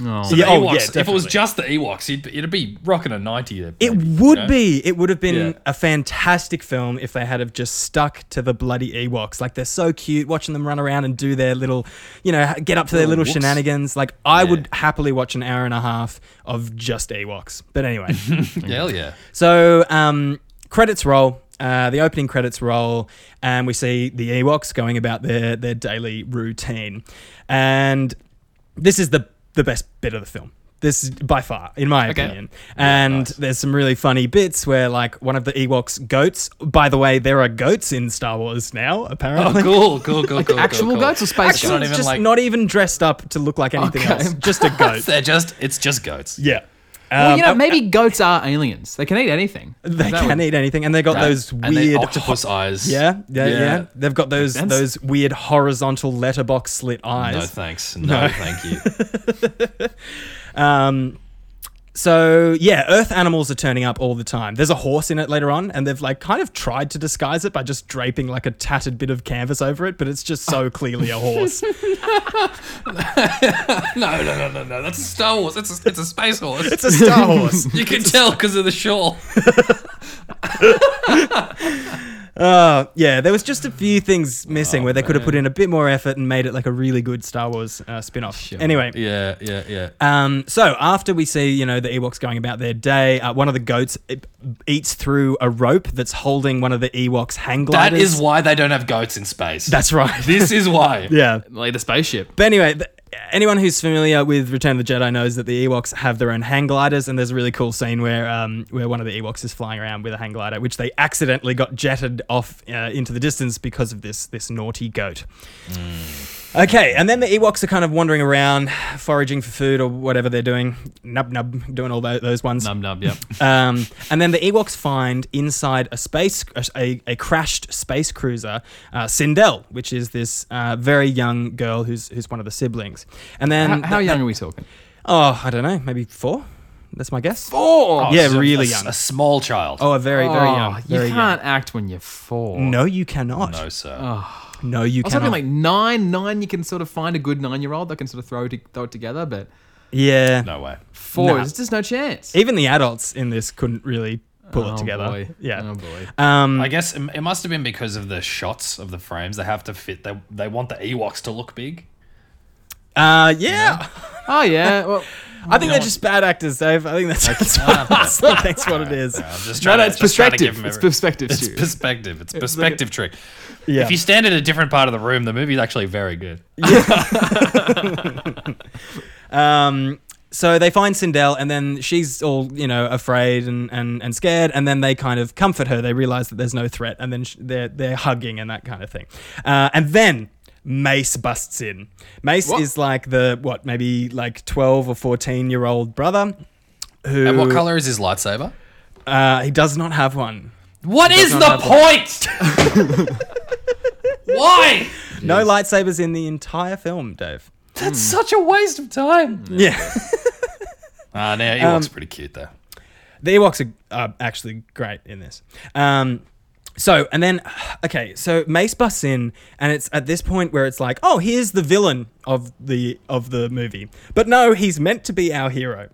[SPEAKER 2] Oh.
[SPEAKER 3] So
[SPEAKER 1] Yeah,
[SPEAKER 3] the
[SPEAKER 1] oh,
[SPEAKER 3] Ewoks,
[SPEAKER 1] yeah,
[SPEAKER 3] if it was
[SPEAKER 1] definitely.
[SPEAKER 3] just the Ewoks, you'd, it'd be rocking a 90. there,
[SPEAKER 1] It
[SPEAKER 3] maybe, you
[SPEAKER 1] would
[SPEAKER 3] know?
[SPEAKER 1] be. It would have been
[SPEAKER 3] Yeah.
[SPEAKER 1] a fantastic film if they had have just stuck to the bloody Ewoks. Like they're so cute, watching them run around and do their little, you know, get up to their
[SPEAKER 3] Little
[SPEAKER 1] little
[SPEAKER 3] whoops.
[SPEAKER 1] shenanigans. Like I would happily watch an hour and a half of just Ewoks. But anyway,
[SPEAKER 3] Hell yeah.
[SPEAKER 1] So um, credits roll. Uh, the opening credits roll, and we see the Ewoks going about their their daily routine, and this is the the best bit of the film. This is by far, in my opinion, and there's some really funny bits where like one of the Ewoks goats. By the way, there are goats in Star Wars now,
[SPEAKER 3] Oh,
[SPEAKER 1] apparently.
[SPEAKER 3] cool, cool, cool, cool.
[SPEAKER 2] actual
[SPEAKER 3] cool, cool.
[SPEAKER 2] goats or space
[SPEAKER 3] It's
[SPEAKER 1] Actually,
[SPEAKER 3] not
[SPEAKER 2] goats?
[SPEAKER 3] even
[SPEAKER 1] just
[SPEAKER 3] like
[SPEAKER 1] not even dressed up to look like anything
[SPEAKER 2] Okay.
[SPEAKER 1] else. Just a goat.
[SPEAKER 3] they're just it's just goats.
[SPEAKER 1] yeah.
[SPEAKER 3] uh,
[SPEAKER 2] Well,
[SPEAKER 1] Um,
[SPEAKER 2] you know, maybe goats are aliens. They can eat anything.
[SPEAKER 1] they
[SPEAKER 2] That
[SPEAKER 1] can
[SPEAKER 2] would-
[SPEAKER 1] eat anything, and they got those
[SPEAKER 3] and they
[SPEAKER 1] weird
[SPEAKER 3] octopus eyes.
[SPEAKER 1] Yeah, yeah, yeah,
[SPEAKER 3] Yeah.
[SPEAKER 1] They've got those
[SPEAKER 2] sense.
[SPEAKER 1] those weird horizontal letterbox slit
[SPEAKER 3] No
[SPEAKER 1] eyes.
[SPEAKER 3] thanks. No, thank you.
[SPEAKER 1] Um, so yeah, Earth animals are turning up all the time. There's a horse in it later on, and they've like kind of tried to disguise it by just draping like a tattered bit of canvas over it, but it's just so clearly a horse.
[SPEAKER 3] No, no, no, no, no. That's a Star Wars. It's a, it's a space horse.
[SPEAKER 1] it's a Star Horse.
[SPEAKER 3] you can tell because of the shawl.
[SPEAKER 1] Uh, yeah, there was just a few things missing where they could have put in a bit more effort and made it like a really good Star Wars uh, spin-off. Anyway,
[SPEAKER 3] Yeah, yeah, yeah.
[SPEAKER 1] Um, so after we see, you know, the Ewoks going about their day, uh, one of the goats e- eats through a rope that's holding one of the Ewoks hang
[SPEAKER 3] That
[SPEAKER 1] gliders.
[SPEAKER 3] is why they don't have goats in space.
[SPEAKER 1] That's right.
[SPEAKER 3] this is why.
[SPEAKER 1] yeah.
[SPEAKER 2] Like the spaceship.
[SPEAKER 1] But anyway, th- anyone who's familiar with Return of the Jedi knows that the Ewoks have their own hang gliders, and there's a really cool scene where um, where one of the Ewoks is flying around with a hang glider, which they accidentally got jetted off uh, into the distance because of this this naughty goat. Okay, and then the Ewoks are kind of wandering around, foraging for food or whatever they're doing. Nub nub, doing all tho- those ones.
[SPEAKER 3] Num nub, yep.
[SPEAKER 1] Um, and then the Ewoks find inside a space, a, a crashed space cruiser, uh, Sindel, which is this uh, very young girl who's who's one of the siblings. And then
[SPEAKER 2] How, how
[SPEAKER 1] th-
[SPEAKER 2] young are we talking?
[SPEAKER 1] Oh, I don't know, maybe four. That's my guess.
[SPEAKER 2] Four.
[SPEAKER 3] Oh,
[SPEAKER 1] Yeah,
[SPEAKER 3] so
[SPEAKER 1] really
[SPEAKER 3] a,
[SPEAKER 1] young.
[SPEAKER 3] A small child.
[SPEAKER 1] Oh, a very very young.
[SPEAKER 2] Oh,
[SPEAKER 1] very
[SPEAKER 2] you
[SPEAKER 1] young.
[SPEAKER 2] can't act when you're four.
[SPEAKER 1] No, you cannot.
[SPEAKER 3] no, sir.
[SPEAKER 1] Oh. No, you
[SPEAKER 2] I was
[SPEAKER 1] cannot.
[SPEAKER 2] hoping Oh, like nine, nine. You can sort of find a good nine-year-old that can sort of throw it, throw it together, but
[SPEAKER 1] yeah.
[SPEAKER 3] No way.
[SPEAKER 2] four,
[SPEAKER 1] Nah.
[SPEAKER 2] there's just no chance.
[SPEAKER 1] Even the adults in this couldn't really pull
[SPEAKER 2] Oh,
[SPEAKER 1] it together.
[SPEAKER 2] boy.
[SPEAKER 1] Yeah.
[SPEAKER 2] Oh boy.
[SPEAKER 1] Um,
[SPEAKER 3] I guess it, it must have been because of the shots of the frames. They have to fit. They they want the Ewoks to look big.
[SPEAKER 1] uh, yeah.
[SPEAKER 2] Oh yeah. Well,
[SPEAKER 1] I think they're just bad actors, Dave. I think that's, that's, what, that's, that's what it is.
[SPEAKER 3] Yeah, I'm just
[SPEAKER 2] no,
[SPEAKER 3] trying
[SPEAKER 2] no,
[SPEAKER 3] to,
[SPEAKER 2] it's
[SPEAKER 3] just trying to give
[SPEAKER 2] perspective.
[SPEAKER 3] them
[SPEAKER 2] It's
[SPEAKER 3] every-
[SPEAKER 2] perspective,
[SPEAKER 3] It's
[SPEAKER 2] Stu.
[SPEAKER 3] perspective. It's perspective trick.
[SPEAKER 1] Yeah.
[SPEAKER 3] If you stand in a different part of the room, the movie's actually very good.
[SPEAKER 1] Um, so they find Sindel, and then she's all you know afraid and, and, and scared, and then they kind of comfort her. They realize that there's no threat, and then sh- they're they're hugging and that kind of thing. Uh, and then Mace busts in. Mace is
[SPEAKER 2] What?
[SPEAKER 1] like the what maybe like twelve or fourteen year old brother. Who
[SPEAKER 3] And what color is his lightsaber?
[SPEAKER 1] Uh, he does not have one.
[SPEAKER 3] What is the point? Why?
[SPEAKER 1] No lightsabers in the entire film, Dave.
[SPEAKER 3] That's such a waste of time.
[SPEAKER 1] Yeah.
[SPEAKER 3] Ah, now Ewoks pretty cute though.
[SPEAKER 1] The Ewoks are, are actually great in this. Um, so and then, okay, so Mace busts in, and it's at this point where it's like, oh, here's the villain of the of the movie, but no, he's meant to be our hero.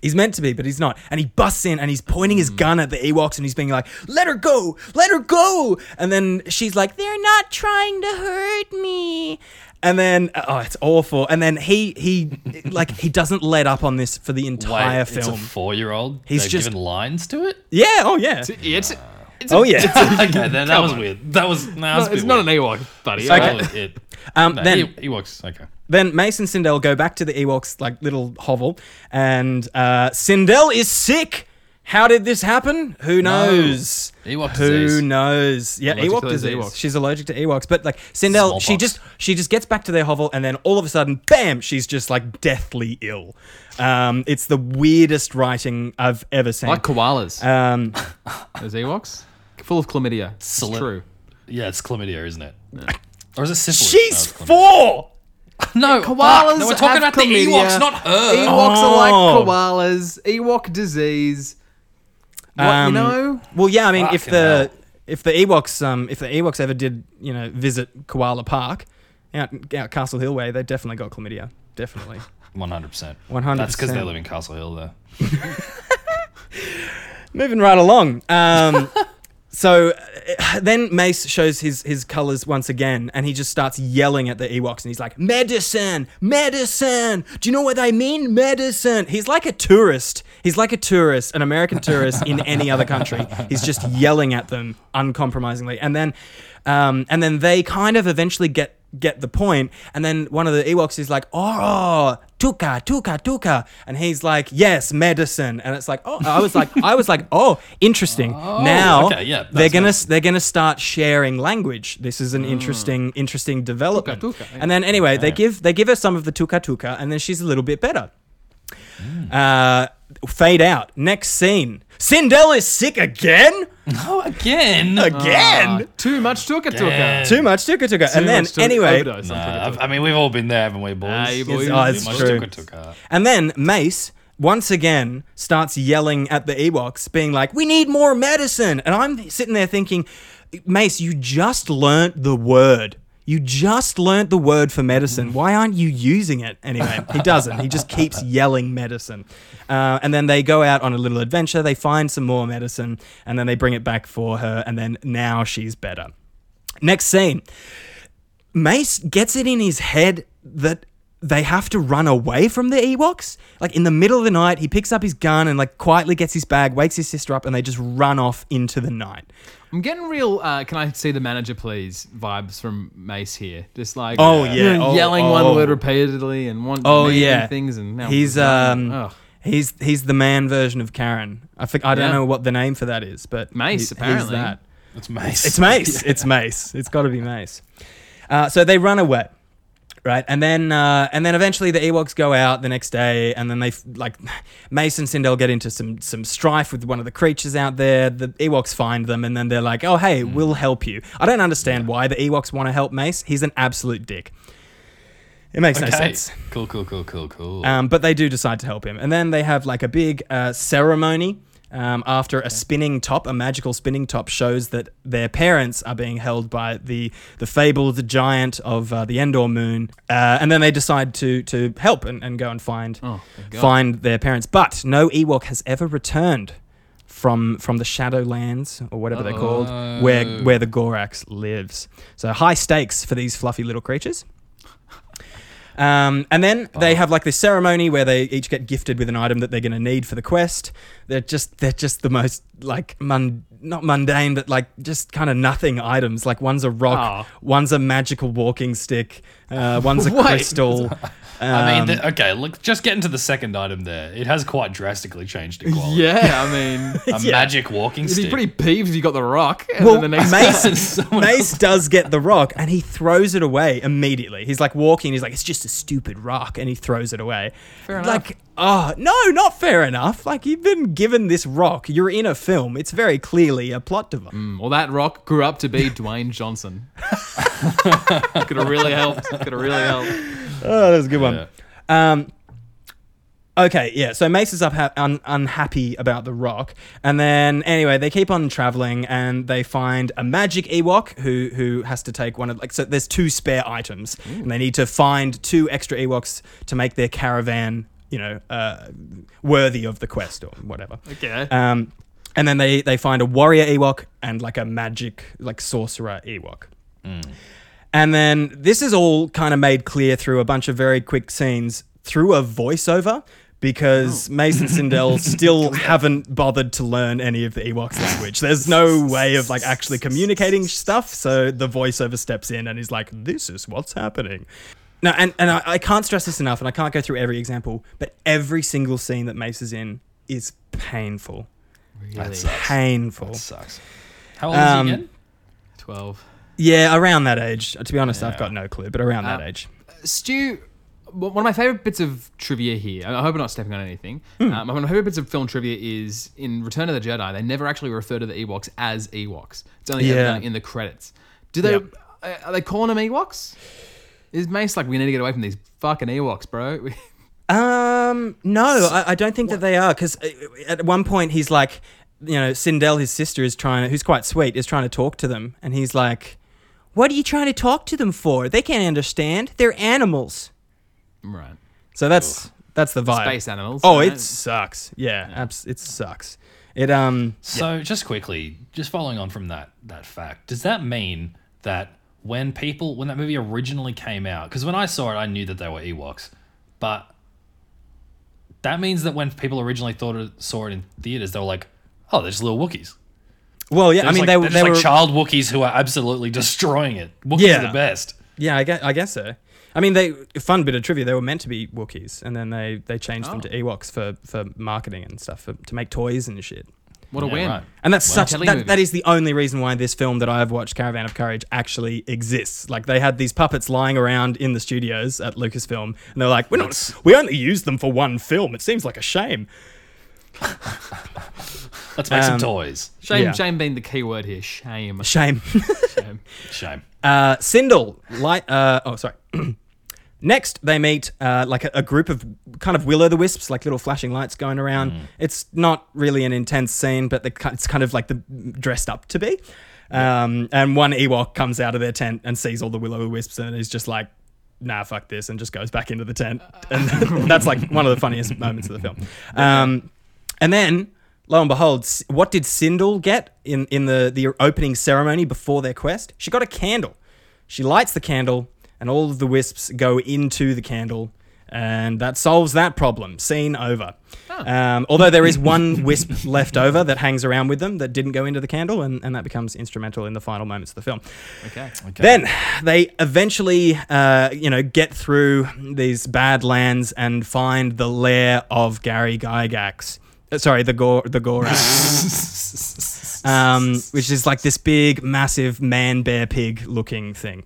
[SPEAKER 1] He's meant to be, but he's not. And he busts in and he's pointing
[SPEAKER 3] Hmm.
[SPEAKER 1] his gun at the Ewoks and he's being like, let her go, let her go. And then she's like, they're not trying to hurt me. And then, oh, it's awful. And then he, he, like, he doesn't let up on this for the entire
[SPEAKER 3] Wait,
[SPEAKER 1] film.
[SPEAKER 3] It's a four-year-old.
[SPEAKER 1] He's
[SPEAKER 3] They've
[SPEAKER 1] just-
[SPEAKER 3] given lines to it.
[SPEAKER 1] Yeah. Oh yeah.
[SPEAKER 2] it's it's,
[SPEAKER 1] Oh yeah.
[SPEAKER 3] okay, then that was weird. That was nah,
[SPEAKER 2] it's, not an Ewok, buddy. all right?
[SPEAKER 3] okay. It.
[SPEAKER 1] Um,
[SPEAKER 3] No,
[SPEAKER 1] then
[SPEAKER 3] E- Ewoks. Okay.
[SPEAKER 1] then Mace and Sindel go back to the Ewoks like little hovel, and uh, Sindel is sick. How did this happen? Who knows?
[SPEAKER 3] Ewok
[SPEAKER 1] Who
[SPEAKER 3] disease.
[SPEAKER 1] knows? Yeah,
[SPEAKER 2] Allergic
[SPEAKER 1] Ewok
[SPEAKER 2] to those
[SPEAKER 1] disease.
[SPEAKER 2] Ewoks.
[SPEAKER 1] She's allergic to Ewoks, but like Sindel,
[SPEAKER 3] Smallpox.
[SPEAKER 1] she just she just gets back to their hovel, and then all of a sudden, bam! She's just like deathly ill. Um, it's the weirdest writing I've ever seen.
[SPEAKER 2] Like koalas,
[SPEAKER 3] Uh,
[SPEAKER 1] um,
[SPEAKER 2] those Ewoks, full of chlamydia. It's
[SPEAKER 3] Sli-
[SPEAKER 2] true.
[SPEAKER 3] Yeah, it's chlamydia, isn't it? Or is it syphilis?
[SPEAKER 1] she's
[SPEAKER 3] no, it's chlamydia.
[SPEAKER 1] four.
[SPEAKER 3] No,
[SPEAKER 2] Koalas
[SPEAKER 3] koalas. No, we're talking about
[SPEAKER 2] have chlamydia. E-
[SPEAKER 3] the Ewoks, not her.
[SPEAKER 2] Ewoks are like
[SPEAKER 1] Oh.
[SPEAKER 2] koalas. Ewok disease. What,
[SPEAKER 1] Um,
[SPEAKER 2] you know?
[SPEAKER 1] Well, yeah, I mean, if
[SPEAKER 3] Fucking
[SPEAKER 1] the
[SPEAKER 3] hell.
[SPEAKER 1] if the Ewoks um if the Ewoks ever did you know visit Koala Park out out Castle Hill way, they definitely got chlamydia. Definitely.
[SPEAKER 3] One hundred percent.
[SPEAKER 1] 100%.
[SPEAKER 3] That's because they live in Castle Hill, though.
[SPEAKER 1] Moving right along. Um, so uh, then Mace shows his his colors once again, and he just starts yelling at the Ewoks, and he's like, "Medicine, medicine! Do you know what I mean, medicine?" He's like a tourist. He's like a tourist, an American tourist in any other country. He's just yelling at them uncompromisingly, and then um, and then they kind of eventually get get the point, and then one of the Ewoks is like, "Oh." Tuka, tuka, tuka, and he's like, "Yes, medicine," and it's like, "Oh, I was like, I was like, oh, interesting." now
[SPEAKER 3] okay, yeah,
[SPEAKER 1] they're
[SPEAKER 3] that's
[SPEAKER 1] gonna s- they're gonna start sharing language. This is an interesting interesting development.
[SPEAKER 2] Hmm. Tuka, yeah.
[SPEAKER 1] And then anyway, they give they give her some of the tuka tuka, and then she's a little bit better.
[SPEAKER 2] Hmm.
[SPEAKER 1] Uh, fade out. Next scene. Sindel is sick again.
[SPEAKER 3] Oh, again.
[SPEAKER 1] Again.
[SPEAKER 2] Ah, too much tuka tuka.
[SPEAKER 1] Too much tuka tuka. And then
[SPEAKER 2] much tuka-
[SPEAKER 1] anyway,
[SPEAKER 2] overdose on
[SPEAKER 3] Nah,
[SPEAKER 2] tuka
[SPEAKER 3] I've- I mean, we've all been there, haven't we, boys?
[SPEAKER 2] Nah, you boys.
[SPEAKER 1] Oh, it's
[SPEAKER 3] Much
[SPEAKER 1] true.
[SPEAKER 3] tuka tuka.
[SPEAKER 1] and then Mace. Once again, starts yelling at the Ewoks, being like, "We need more medicine!" And I'm sitting there thinking, Mace, you just learnt the word. You just learnt the word for medicine. Why aren't you using it? Anyway, he doesn't. He just keeps yelling medicine. Uh, and then they go out on a little adventure. They find some more medicine and then they bring it back for her. And then now she's better. Next scene Mace gets it in his head that they have to run away from the Ewoks. Like in the middle of the night, he picks up his gun and like quietly gets his bag, wakes his sister up, and they just run off into the night.
[SPEAKER 2] I'm getting real. Uh, can I see the manager, please? Vibes from Mace here, just like
[SPEAKER 1] Oh, yeah. Oh,
[SPEAKER 2] yelling
[SPEAKER 1] oh.
[SPEAKER 2] one word repeatedly and one
[SPEAKER 1] Oh
[SPEAKER 2] meaning
[SPEAKER 1] yeah,
[SPEAKER 2] things and now
[SPEAKER 1] he's um
[SPEAKER 2] Ugh.
[SPEAKER 1] he's he's the man version of Karen. I think I don't
[SPEAKER 2] Yeah.
[SPEAKER 1] know what the name for that is, but
[SPEAKER 2] Mace,
[SPEAKER 1] he- he's
[SPEAKER 2] apparently.
[SPEAKER 1] that.
[SPEAKER 3] It's Mace.
[SPEAKER 1] It's Mace. It's Mace. It's got to be Mace. Uh, so they run away. Right, and then uh, and then eventually the Ewoks go out the next day, and then they f- like Mace and Sindel get into some some strife with one of the creatures out there. The Ewoks find them, and then they're like, "Oh hey,
[SPEAKER 3] Hmm.
[SPEAKER 1] we'll help you." I don't understand why the Ewoks want to help Mace. He's an absolute dick. It makes no
[SPEAKER 3] Okay.
[SPEAKER 1] sense.
[SPEAKER 3] Cool, cool, cool, cool, cool.
[SPEAKER 1] Um, but they do decide to help him. And then they have like a big uh, ceremony um, after a spinning top, a magical spinning top shows that their parents are being held by the, the fabled giant of uh, the Endor moon. Uh, and then they decide to, to help and, and go and find,
[SPEAKER 3] Oh,
[SPEAKER 2] thank Oh, God.
[SPEAKER 1] find their parents. But no Ewok has ever returned. From from the Shadowlands or whatever they're called, where
[SPEAKER 3] Uh-oh.
[SPEAKER 1] where the Gorax lives. So high stakes for these fluffy little creatures. Um, and then they have like this ceremony where they each get gifted with an item that they're going to need for the quest. They're just they're just the most like mun- not mundane but like just kind of nothing items. Like one's a rock,
[SPEAKER 2] Oh.
[SPEAKER 1] one's a magical walking stick, uh, one's a
[SPEAKER 2] Wait.
[SPEAKER 1] crystal.
[SPEAKER 3] I mean,
[SPEAKER 1] Um,
[SPEAKER 3] the, okay, look, just getting to the second item there. It has quite drastically changed in quality.
[SPEAKER 2] Yeah, I mean,
[SPEAKER 3] A magic walking
[SPEAKER 2] you'd be
[SPEAKER 3] stick.
[SPEAKER 2] pretty peeved if you got the rock. And
[SPEAKER 1] well,
[SPEAKER 2] then the next
[SPEAKER 1] Mace,
[SPEAKER 3] Someone
[SPEAKER 1] Mace does get the rock and he throws it away immediately. He's like walking, he's like, it's just a stupid rock, and he throws it away.
[SPEAKER 2] Fair
[SPEAKER 1] like, oh, no, not fair enough. Like, you've been given this rock. You're in a film. It's very clearly a plot device.
[SPEAKER 2] Well, that rock grew up to be Dwayne Johnson. Could have really helped. Could have really helped.
[SPEAKER 1] Oh, that was a good one.
[SPEAKER 3] Yeah.
[SPEAKER 1] Um, okay, yeah. So Mace is up un- unhappy about the rock, and then anyway, they keep on traveling, and they find a magic Ewok who who has to take one of like so. There's two spare items, and they need to find two extra Ewoks to make their caravan, you know, uh, worthy of the quest or whatever.
[SPEAKER 2] Okay.
[SPEAKER 1] Um, and then they they find a warrior Ewok and like a magic like sorcerer Ewok. And then this is all kind of made clear through a bunch of very quick scenes through a voiceover because Mason Sindel still haven't bothered to learn any of the Ewoks language. There's no way of like actually communicating stuff, so the voiceover steps in and he's like, "This is what's happening." No, and, and I, I can't stress this enough, and I can't go through every example, but every single scene that Mace is in is painful.
[SPEAKER 3] That
[SPEAKER 2] uh,
[SPEAKER 3] sucks.
[SPEAKER 1] Painful.
[SPEAKER 3] That sucks. How old
[SPEAKER 1] Um,
[SPEAKER 3] is he again?
[SPEAKER 2] Twelve.
[SPEAKER 1] Yeah, around that age. To be honest, I've got no clue, but around that
[SPEAKER 2] Uh,
[SPEAKER 1] age.
[SPEAKER 2] Stu, one of my favorite bits of trivia here. I I hope I'm not stepping on anything. Um, one of my favorite bits of film trivia is in Return of the Jedi. They never actually refer to the Ewoks as Ewoks. It's only ever
[SPEAKER 1] Yeah.
[SPEAKER 2] done in the credits. Do they?
[SPEAKER 1] Yep.
[SPEAKER 2] uh, Are they calling them Ewoks? Is Mace like we need to get away from these fucking Ewoks, bro?
[SPEAKER 1] Um, no, I, I don't think that they are because at one point he's like, you know, Sindel, his sister, is trying, who's quite sweet, is trying to talk to them, and he's like, "What are you trying to talk to them for? They can't understand. They're animals."
[SPEAKER 2] right.
[SPEAKER 1] So that's that's the vibe.
[SPEAKER 2] Space animals.
[SPEAKER 1] Oh,
[SPEAKER 2] you know?
[SPEAKER 1] it sucks. Yeah, abs- it sucks. It um.
[SPEAKER 3] So, just quickly, just following on from that that fact, does that mean that when people when that movie originally came out, because when I saw it, I knew that they were Ewoks, but that means that when people originally thought it, saw it in theaters, they were like, "Oh, they're just little Wookiees."
[SPEAKER 1] Well, yeah.
[SPEAKER 3] They're
[SPEAKER 1] I
[SPEAKER 3] just like,
[SPEAKER 1] mean, they,
[SPEAKER 3] they're
[SPEAKER 1] were
[SPEAKER 3] just
[SPEAKER 1] they
[SPEAKER 3] like
[SPEAKER 1] were.
[SPEAKER 3] child Wookiees who are absolutely destroying it. Wookiees
[SPEAKER 1] Yeah.
[SPEAKER 3] are the best.
[SPEAKER 1] yeah, I guess, I guess so. I mean, they fun bit of trivia. They were meant to be Wookiees, and then they they changed them to
[SPEAKER 2] Oh.
[SPEAKER 1] Ewoks for for marketing and stuff for, to make toys and shit.
[SPEAKER 2] What a
[SPEAKER 3] Yeah,
[SPEAKER 2] win.
[SPEAKER 3] right.
[SPEAKER 1] And that's
[SPEAKER 2] Well,
[SPEAKER 1] such
[SPEAKER 2] telly
[SPEAKER 1] that,
[SPEAKER 2] movies.
[SPEAKER 1] that is the only reason why this film that I've watched, Caravan of Courage, actually exists. Like they had these puppets lying around in the studios at Lucasfilm, and they're like, "We're not, we only use them for one film. It seems like a shame."
[SPEAKER 3] Let's make some
[SPEAKER 1] Um,
[SPEAKER 3] toys.
[SPEAKER 2] Shame,
[SPEAKER 1] Yeah.
[SPEAKER 2] shame being the key word here. Shame.
[SPEAKER 1] Shame.
[SPEAKER 2] shame.
[SPEAKER 3] Shame.
[SPEAKER 1] uh, Sindel, light. Uh, oh, sorry. Next, they meet uh, like a, a group of kind of will o' the wisps, like little flashing lights going around. It's not really an intense scene, but the, ki- it's kind of like the dressed up to be. Um, and one Ewok comes out of their tent and sees all the will o' the wisps and is just like, nah, fuck this, and just goes back into the tent. And that's like one of the funniest moments of the film. Um, and then, lo and behold, S- what did Sindel get in, in the, the opening ceremony before their quest? She got a candle. She lights the candle, and all of the wisps go into the candle, and that solves that problem. Scene over. Um, although there is one wisp left over that hangs around with them that didn't go into the candle, and, and that becomes instrumental in the final moments of the film.
[SPEAKER 2] Okay.
[SPEAKER 1] Then they eventually, uh, you know, get through these bad lands and find the lair of Gary Gygax. Uh, sorry, the Gor the Gorax, um, which is like this big, massive man bear pig looking thing.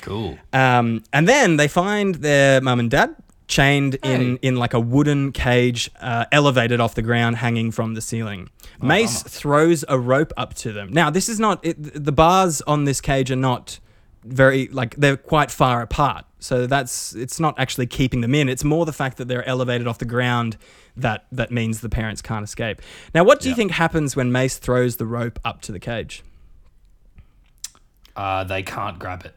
[SPEAKER 3] Cool.
[SPEAKER 1] Um, and then they find their mum and dad chained in, in like a wooden cage uh, elevated off the ground hanging from the ceiling mace throws a rope up to them now this is not it, the bars on this cage are not very like they're quite far apart so that's it's not actually keeping them in it's more the fact that they're elevated off the ground that that means the parents can't escape now what do you
[SPEAKER 3] Yeah.
[SPEAKER 1] think happens when mace throws the rope up to the cage
[SPEAKER 3] Uh, they can't grab it.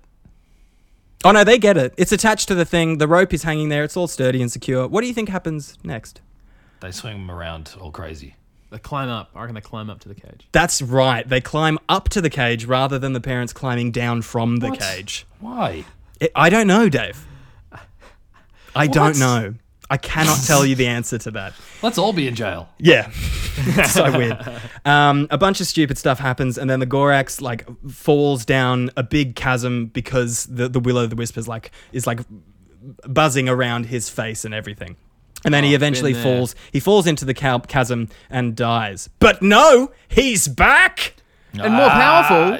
[SPEAKER 1] Oh no, they get it. It's attached to the thing. The rope is hanging there. It's all sturdy and secure. What do you think happens next?
[SPEAKER 3] They swing them around all crazy.
[SPEAKER 2] They climb up. I reckon they climb up to the cage.
[SPEAKER 1] That's right. They climb up to the cage rather than the parents climbing down from the
[SPEAKER 3] What?
[SPEAKER 1] cage.
[SPEAKER 3] Why?
[SPEAKER 1] I I don't know, Dave. I don't
[SPEAKER 3] What?
[SPEAKER 1] know. I cannot tell you the answer to that.
[SPEAKER 3] Let's all be in jail.
[SPEAKER 1] Yeah. It's so weird. Um, a bunch of stupid stuff happens, and then the Gorax like falls down a big chasm because the the Willow the Wisp is like is like buzzing around his face and everything. And then he eventually
[SPEAKER 2] there.
[SPEAKER 1] falls. He falls into the chal- chasm and dies. But no, he's back.
[SPEAKER 2] And more powerful?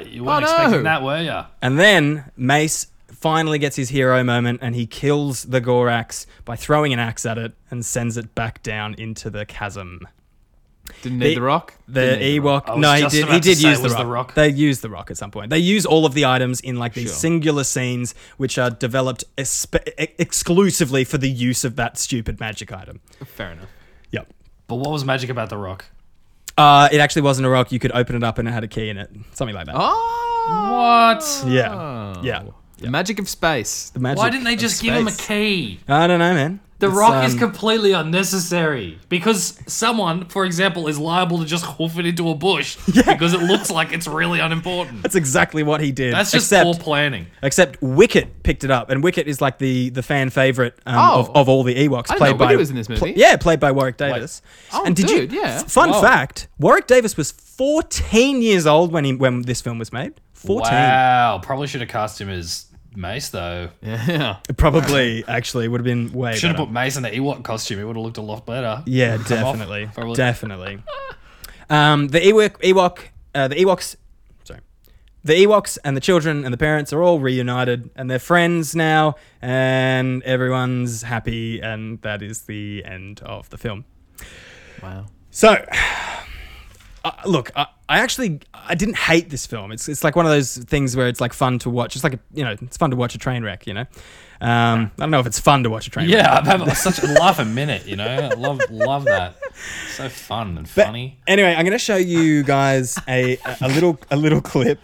[SPEAKER 3] Ah, You weren't
[SPEAKER 2] Oh, no.
[SPEAKER 3] expecting that, were you?
[SPEAKER 1] And then Mace finally gets his hero moment, and he kills the Gorax by throwing an axe at it and sends it back down into the chasm.
[SPEAKER 2] Didn't need
[SPEAKER 1] The-
[SPEAKER 2] the rock.
[SPEAKER 1] The
[SPEAKER 2] Didn't need
[SPEAKER 1] Ewok.
[SPEAKER 3] I was
[SPEAKER 1] no, he
[SPEAKER 3] just
[SPEAKER 1] did.
[SPEAKER 3] about
[SPEAKER 1] He
[SPEAKER 3] to
[SPEAKER 1] did
[SPEAKER 3] say
[SPEAKER 1] use
[SPEAKER 3] it
[SPEAKER 1] the
[SPEAKER 3] was
[SPEAKER 1] rock.
[SPEAKER 3] the rock.
[SPEAKER 1] They use the rock at some point. They use all of the items in like these
[SPEAKER 2] Sure.
[SPEAKER 1] singular scenes, which are developed espe- e- exclusively for the use of that stupid magic item.
[SPEAKER 2] Fair enough.
[SPEAKER 1] Yep.
[SPEAKER 3] But what was magic about the rock?
[SPEAKER 1] Uh, it actually wasn't a rock. You could open it up and it had a key in it, something like that.
[SPEAKER 3] Ah!
[SPEAKER 2] Oh,
[SPEAKER 3] What?
[SPEAKER 1] Yeah. Yeah.
[SPEAKER 2] the magic of space.
[SPEAKER 1] The magic
[SPEAKER 3] Why didn't they
[SPEAKER 1] of
[SPEAKER 3] just give him a
[SPEAKER 1] space.
[SPEAKER 3] key?
[SPEAKER 1] I don't know, man.
[SPEAKER 3] The
[SPEAKER 1] It's,
[SPEAKER 3] rock is
[SPEAKER 1] um,
[SPEAKER 3] completely unnecessary because someone, for example, is liable to just hoof it into a bush because it looks like it's really unimportant.
[SPEAKER 1] That's exactly what he did.
[SPEAKER 3] That's just
[SPEAKER 1] except,
[SPEAKER 3] poor planning.
[SPEAKER 1] Except Wicket picked it up, and Wicket is like the the fan favorite um,
[SPEAKER 2] Oh.
[SPEAKER 1] of, of all the Ewoks.
[SPEAKER 2] didn't
[SPEAKER 1] played
[SPEAKER 2] know
[SPEAKER 1] by
[SPEAKER 2] Wicket was in this movie.
[SPEAKER 1] yeah, played by Warwick Davis.
[SPEAKER 2] Oh,
[SPEAKER 1] and did
[SPEAKER 2] dude,
[SPEAKER 1] you?
[SPEAKER 2] yeah.
[SPEAKER 1] Fun
[SPEAKER 3] Wow.
[SPEAKER 1] fact: Warwick Davis was 14 years old when he when this film was made. 14,
[SPEAKER 3] Wow, probably should have cast him as Mace though.
[SPEAKER 2] Yeah.
[SPEAKER 1] probably actually would have been way.
[SPEAKER 3] Should have
[SPEAKER 1] better.
[SPEAKER 3] put Mace in the Ewok costume. It would have looked a lot better.
[SPEAKER 1] Yeah,
[SPEAKER 3] Come off,
[SPEAKER 1] definitely,
[SPEAKER 3] probably.
[SPEAKER 1] definitely. Um, the Ewok, Ewok, uh, the Ewoks. Sorry, the Ewoks and the children and the parents are all reunited and they're friends now, and everyone's happy, and that is the end of the film.
[SPEAKER 2] Wow.
[SPEAKER 1] So, uh, look, I, I actually I didn't hate this film. It's it's like one of those things where it's like fun to watch. It's like a, you know, it's fun to watch a train wreck. You know, um, I don't know if it's fun to watch a train wreck.
[SPEAKER 3] Yeah, I'm having such a laugh a minute, you know? I love love that. So fun and funny.
[SPEAKER 1] Anyway, I'm going to show you guys a, a little a little clip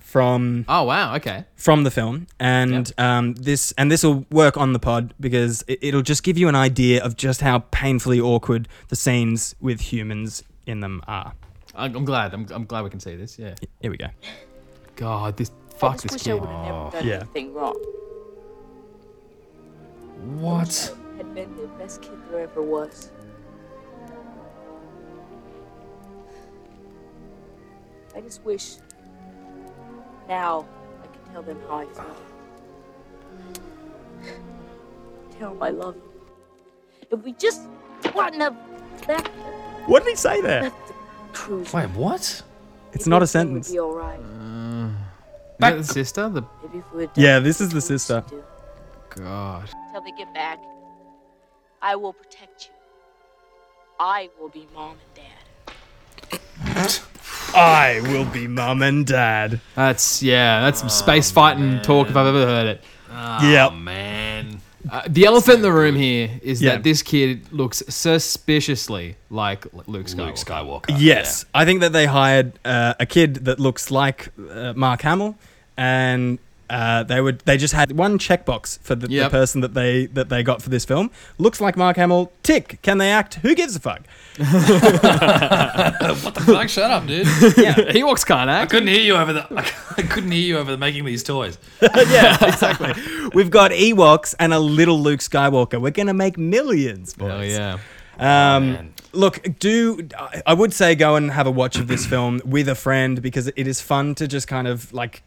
[SPEAKER 1] from
[SPEAKER 2] Oh wow. Okay.
[SPEAKER 1] from the film, and um, this and this will work on the pod because it, it'll just give you an idea of just how painfully awkward the scenes with humans in them are.
[SPEAKER 2] I'm, I'm glad. I'm, I'm glad we can see this. Yeah.
[SPEAKER 1] Here we go.
[SPEAKER 2] God, this
[SPEAKER 5] I
[SPEAKER 2] fuck
[SPEAKER 5] just
[SPEAKER 2] this Oh.
[SPEAKER 5] wish I
[SPEAKER 2] kid.
[SPEAKER 5] would have never done
[SPEAKER 1] Yeah.
[SPEAKER 5] anything wrong.
[SPEAKER 3] What?
[SPEAKER 5] Had been the best kid there ever was. I just wish now I could tell them how I feel. tell them I love them. If we just wouldn't have left,
[SPEAKER 1] What did he say there?
[SPEAKER 5] left the cruise,
[SPEAKER 3] Wait, what?
[SPEAKER 1] It's not a
[SPEAKER 5] everything would
[SPEAKER 1] sentence.
[SPEAKER 5] Be all right.
[SPEAKER 2] Is that the sister? The
[SPEAKER 5] Maybe if we had done
[SPEAKER 1] Yeah, this is
[SPEAKER 5] what
[SPEAKER 1] the
[SPEAKER 5] we used to
[SPEAKER 1] sister.
[SPEAKER 5] do.
[SPEAKER 2] God.
[SPEAKER 5] till they get back. I will protect you. I will be mom and dad.
[SPEAKER 1] I will be mum and dad.
[SPEAKER 2] That's yeah. That's some space fighting talk if I've ever heard it.
[SPEAKER 1] yeah.
[SPEAKER 3] Oh man.
[SPEAKER 2] Uh, the elephant in the room here is
[SPEAKER 1] Yeah.
[SPEAKER 2] that this kid looks suspiciously like Luke Skywalker.
[SPEAKER 3] Luke Skywalker.
[SPEAKER 1] Yes, I think that they hired uh, a kid that looks like uh, Mark Hamill, and uh, they would they just had one checkbox for the, the
[SPEAKER 2] Yep.
[SPEAKER 1] person that they that they got for this film. Looks like Mark Hamill. Tick. Can they act? Who gives a fuck?
[SPEAKER 3] Yeah. What the fuck? Shut up, dude.
[SPEAKER 1] Yeah,
[SPEAKER 2] He walks can't
[SPEAKER 3] I
[SPEAKER 2] act.
[SPEAKER 3] couldn't hear you over the I couldn't hear you over the making these toys.
[SPEAKER 1] yeah, exactly. We've got Ewoks and a little Luke Skywalker. We're gonna make millions, boys.
[SPEAKER 2] Oh yeah.
[SPEAKER 1] Um,
[SPEAKER 3] man.
[SPEAKER 1] look, do I- I would say go and have a watch of this film with a friend because it is fun to just kind of like,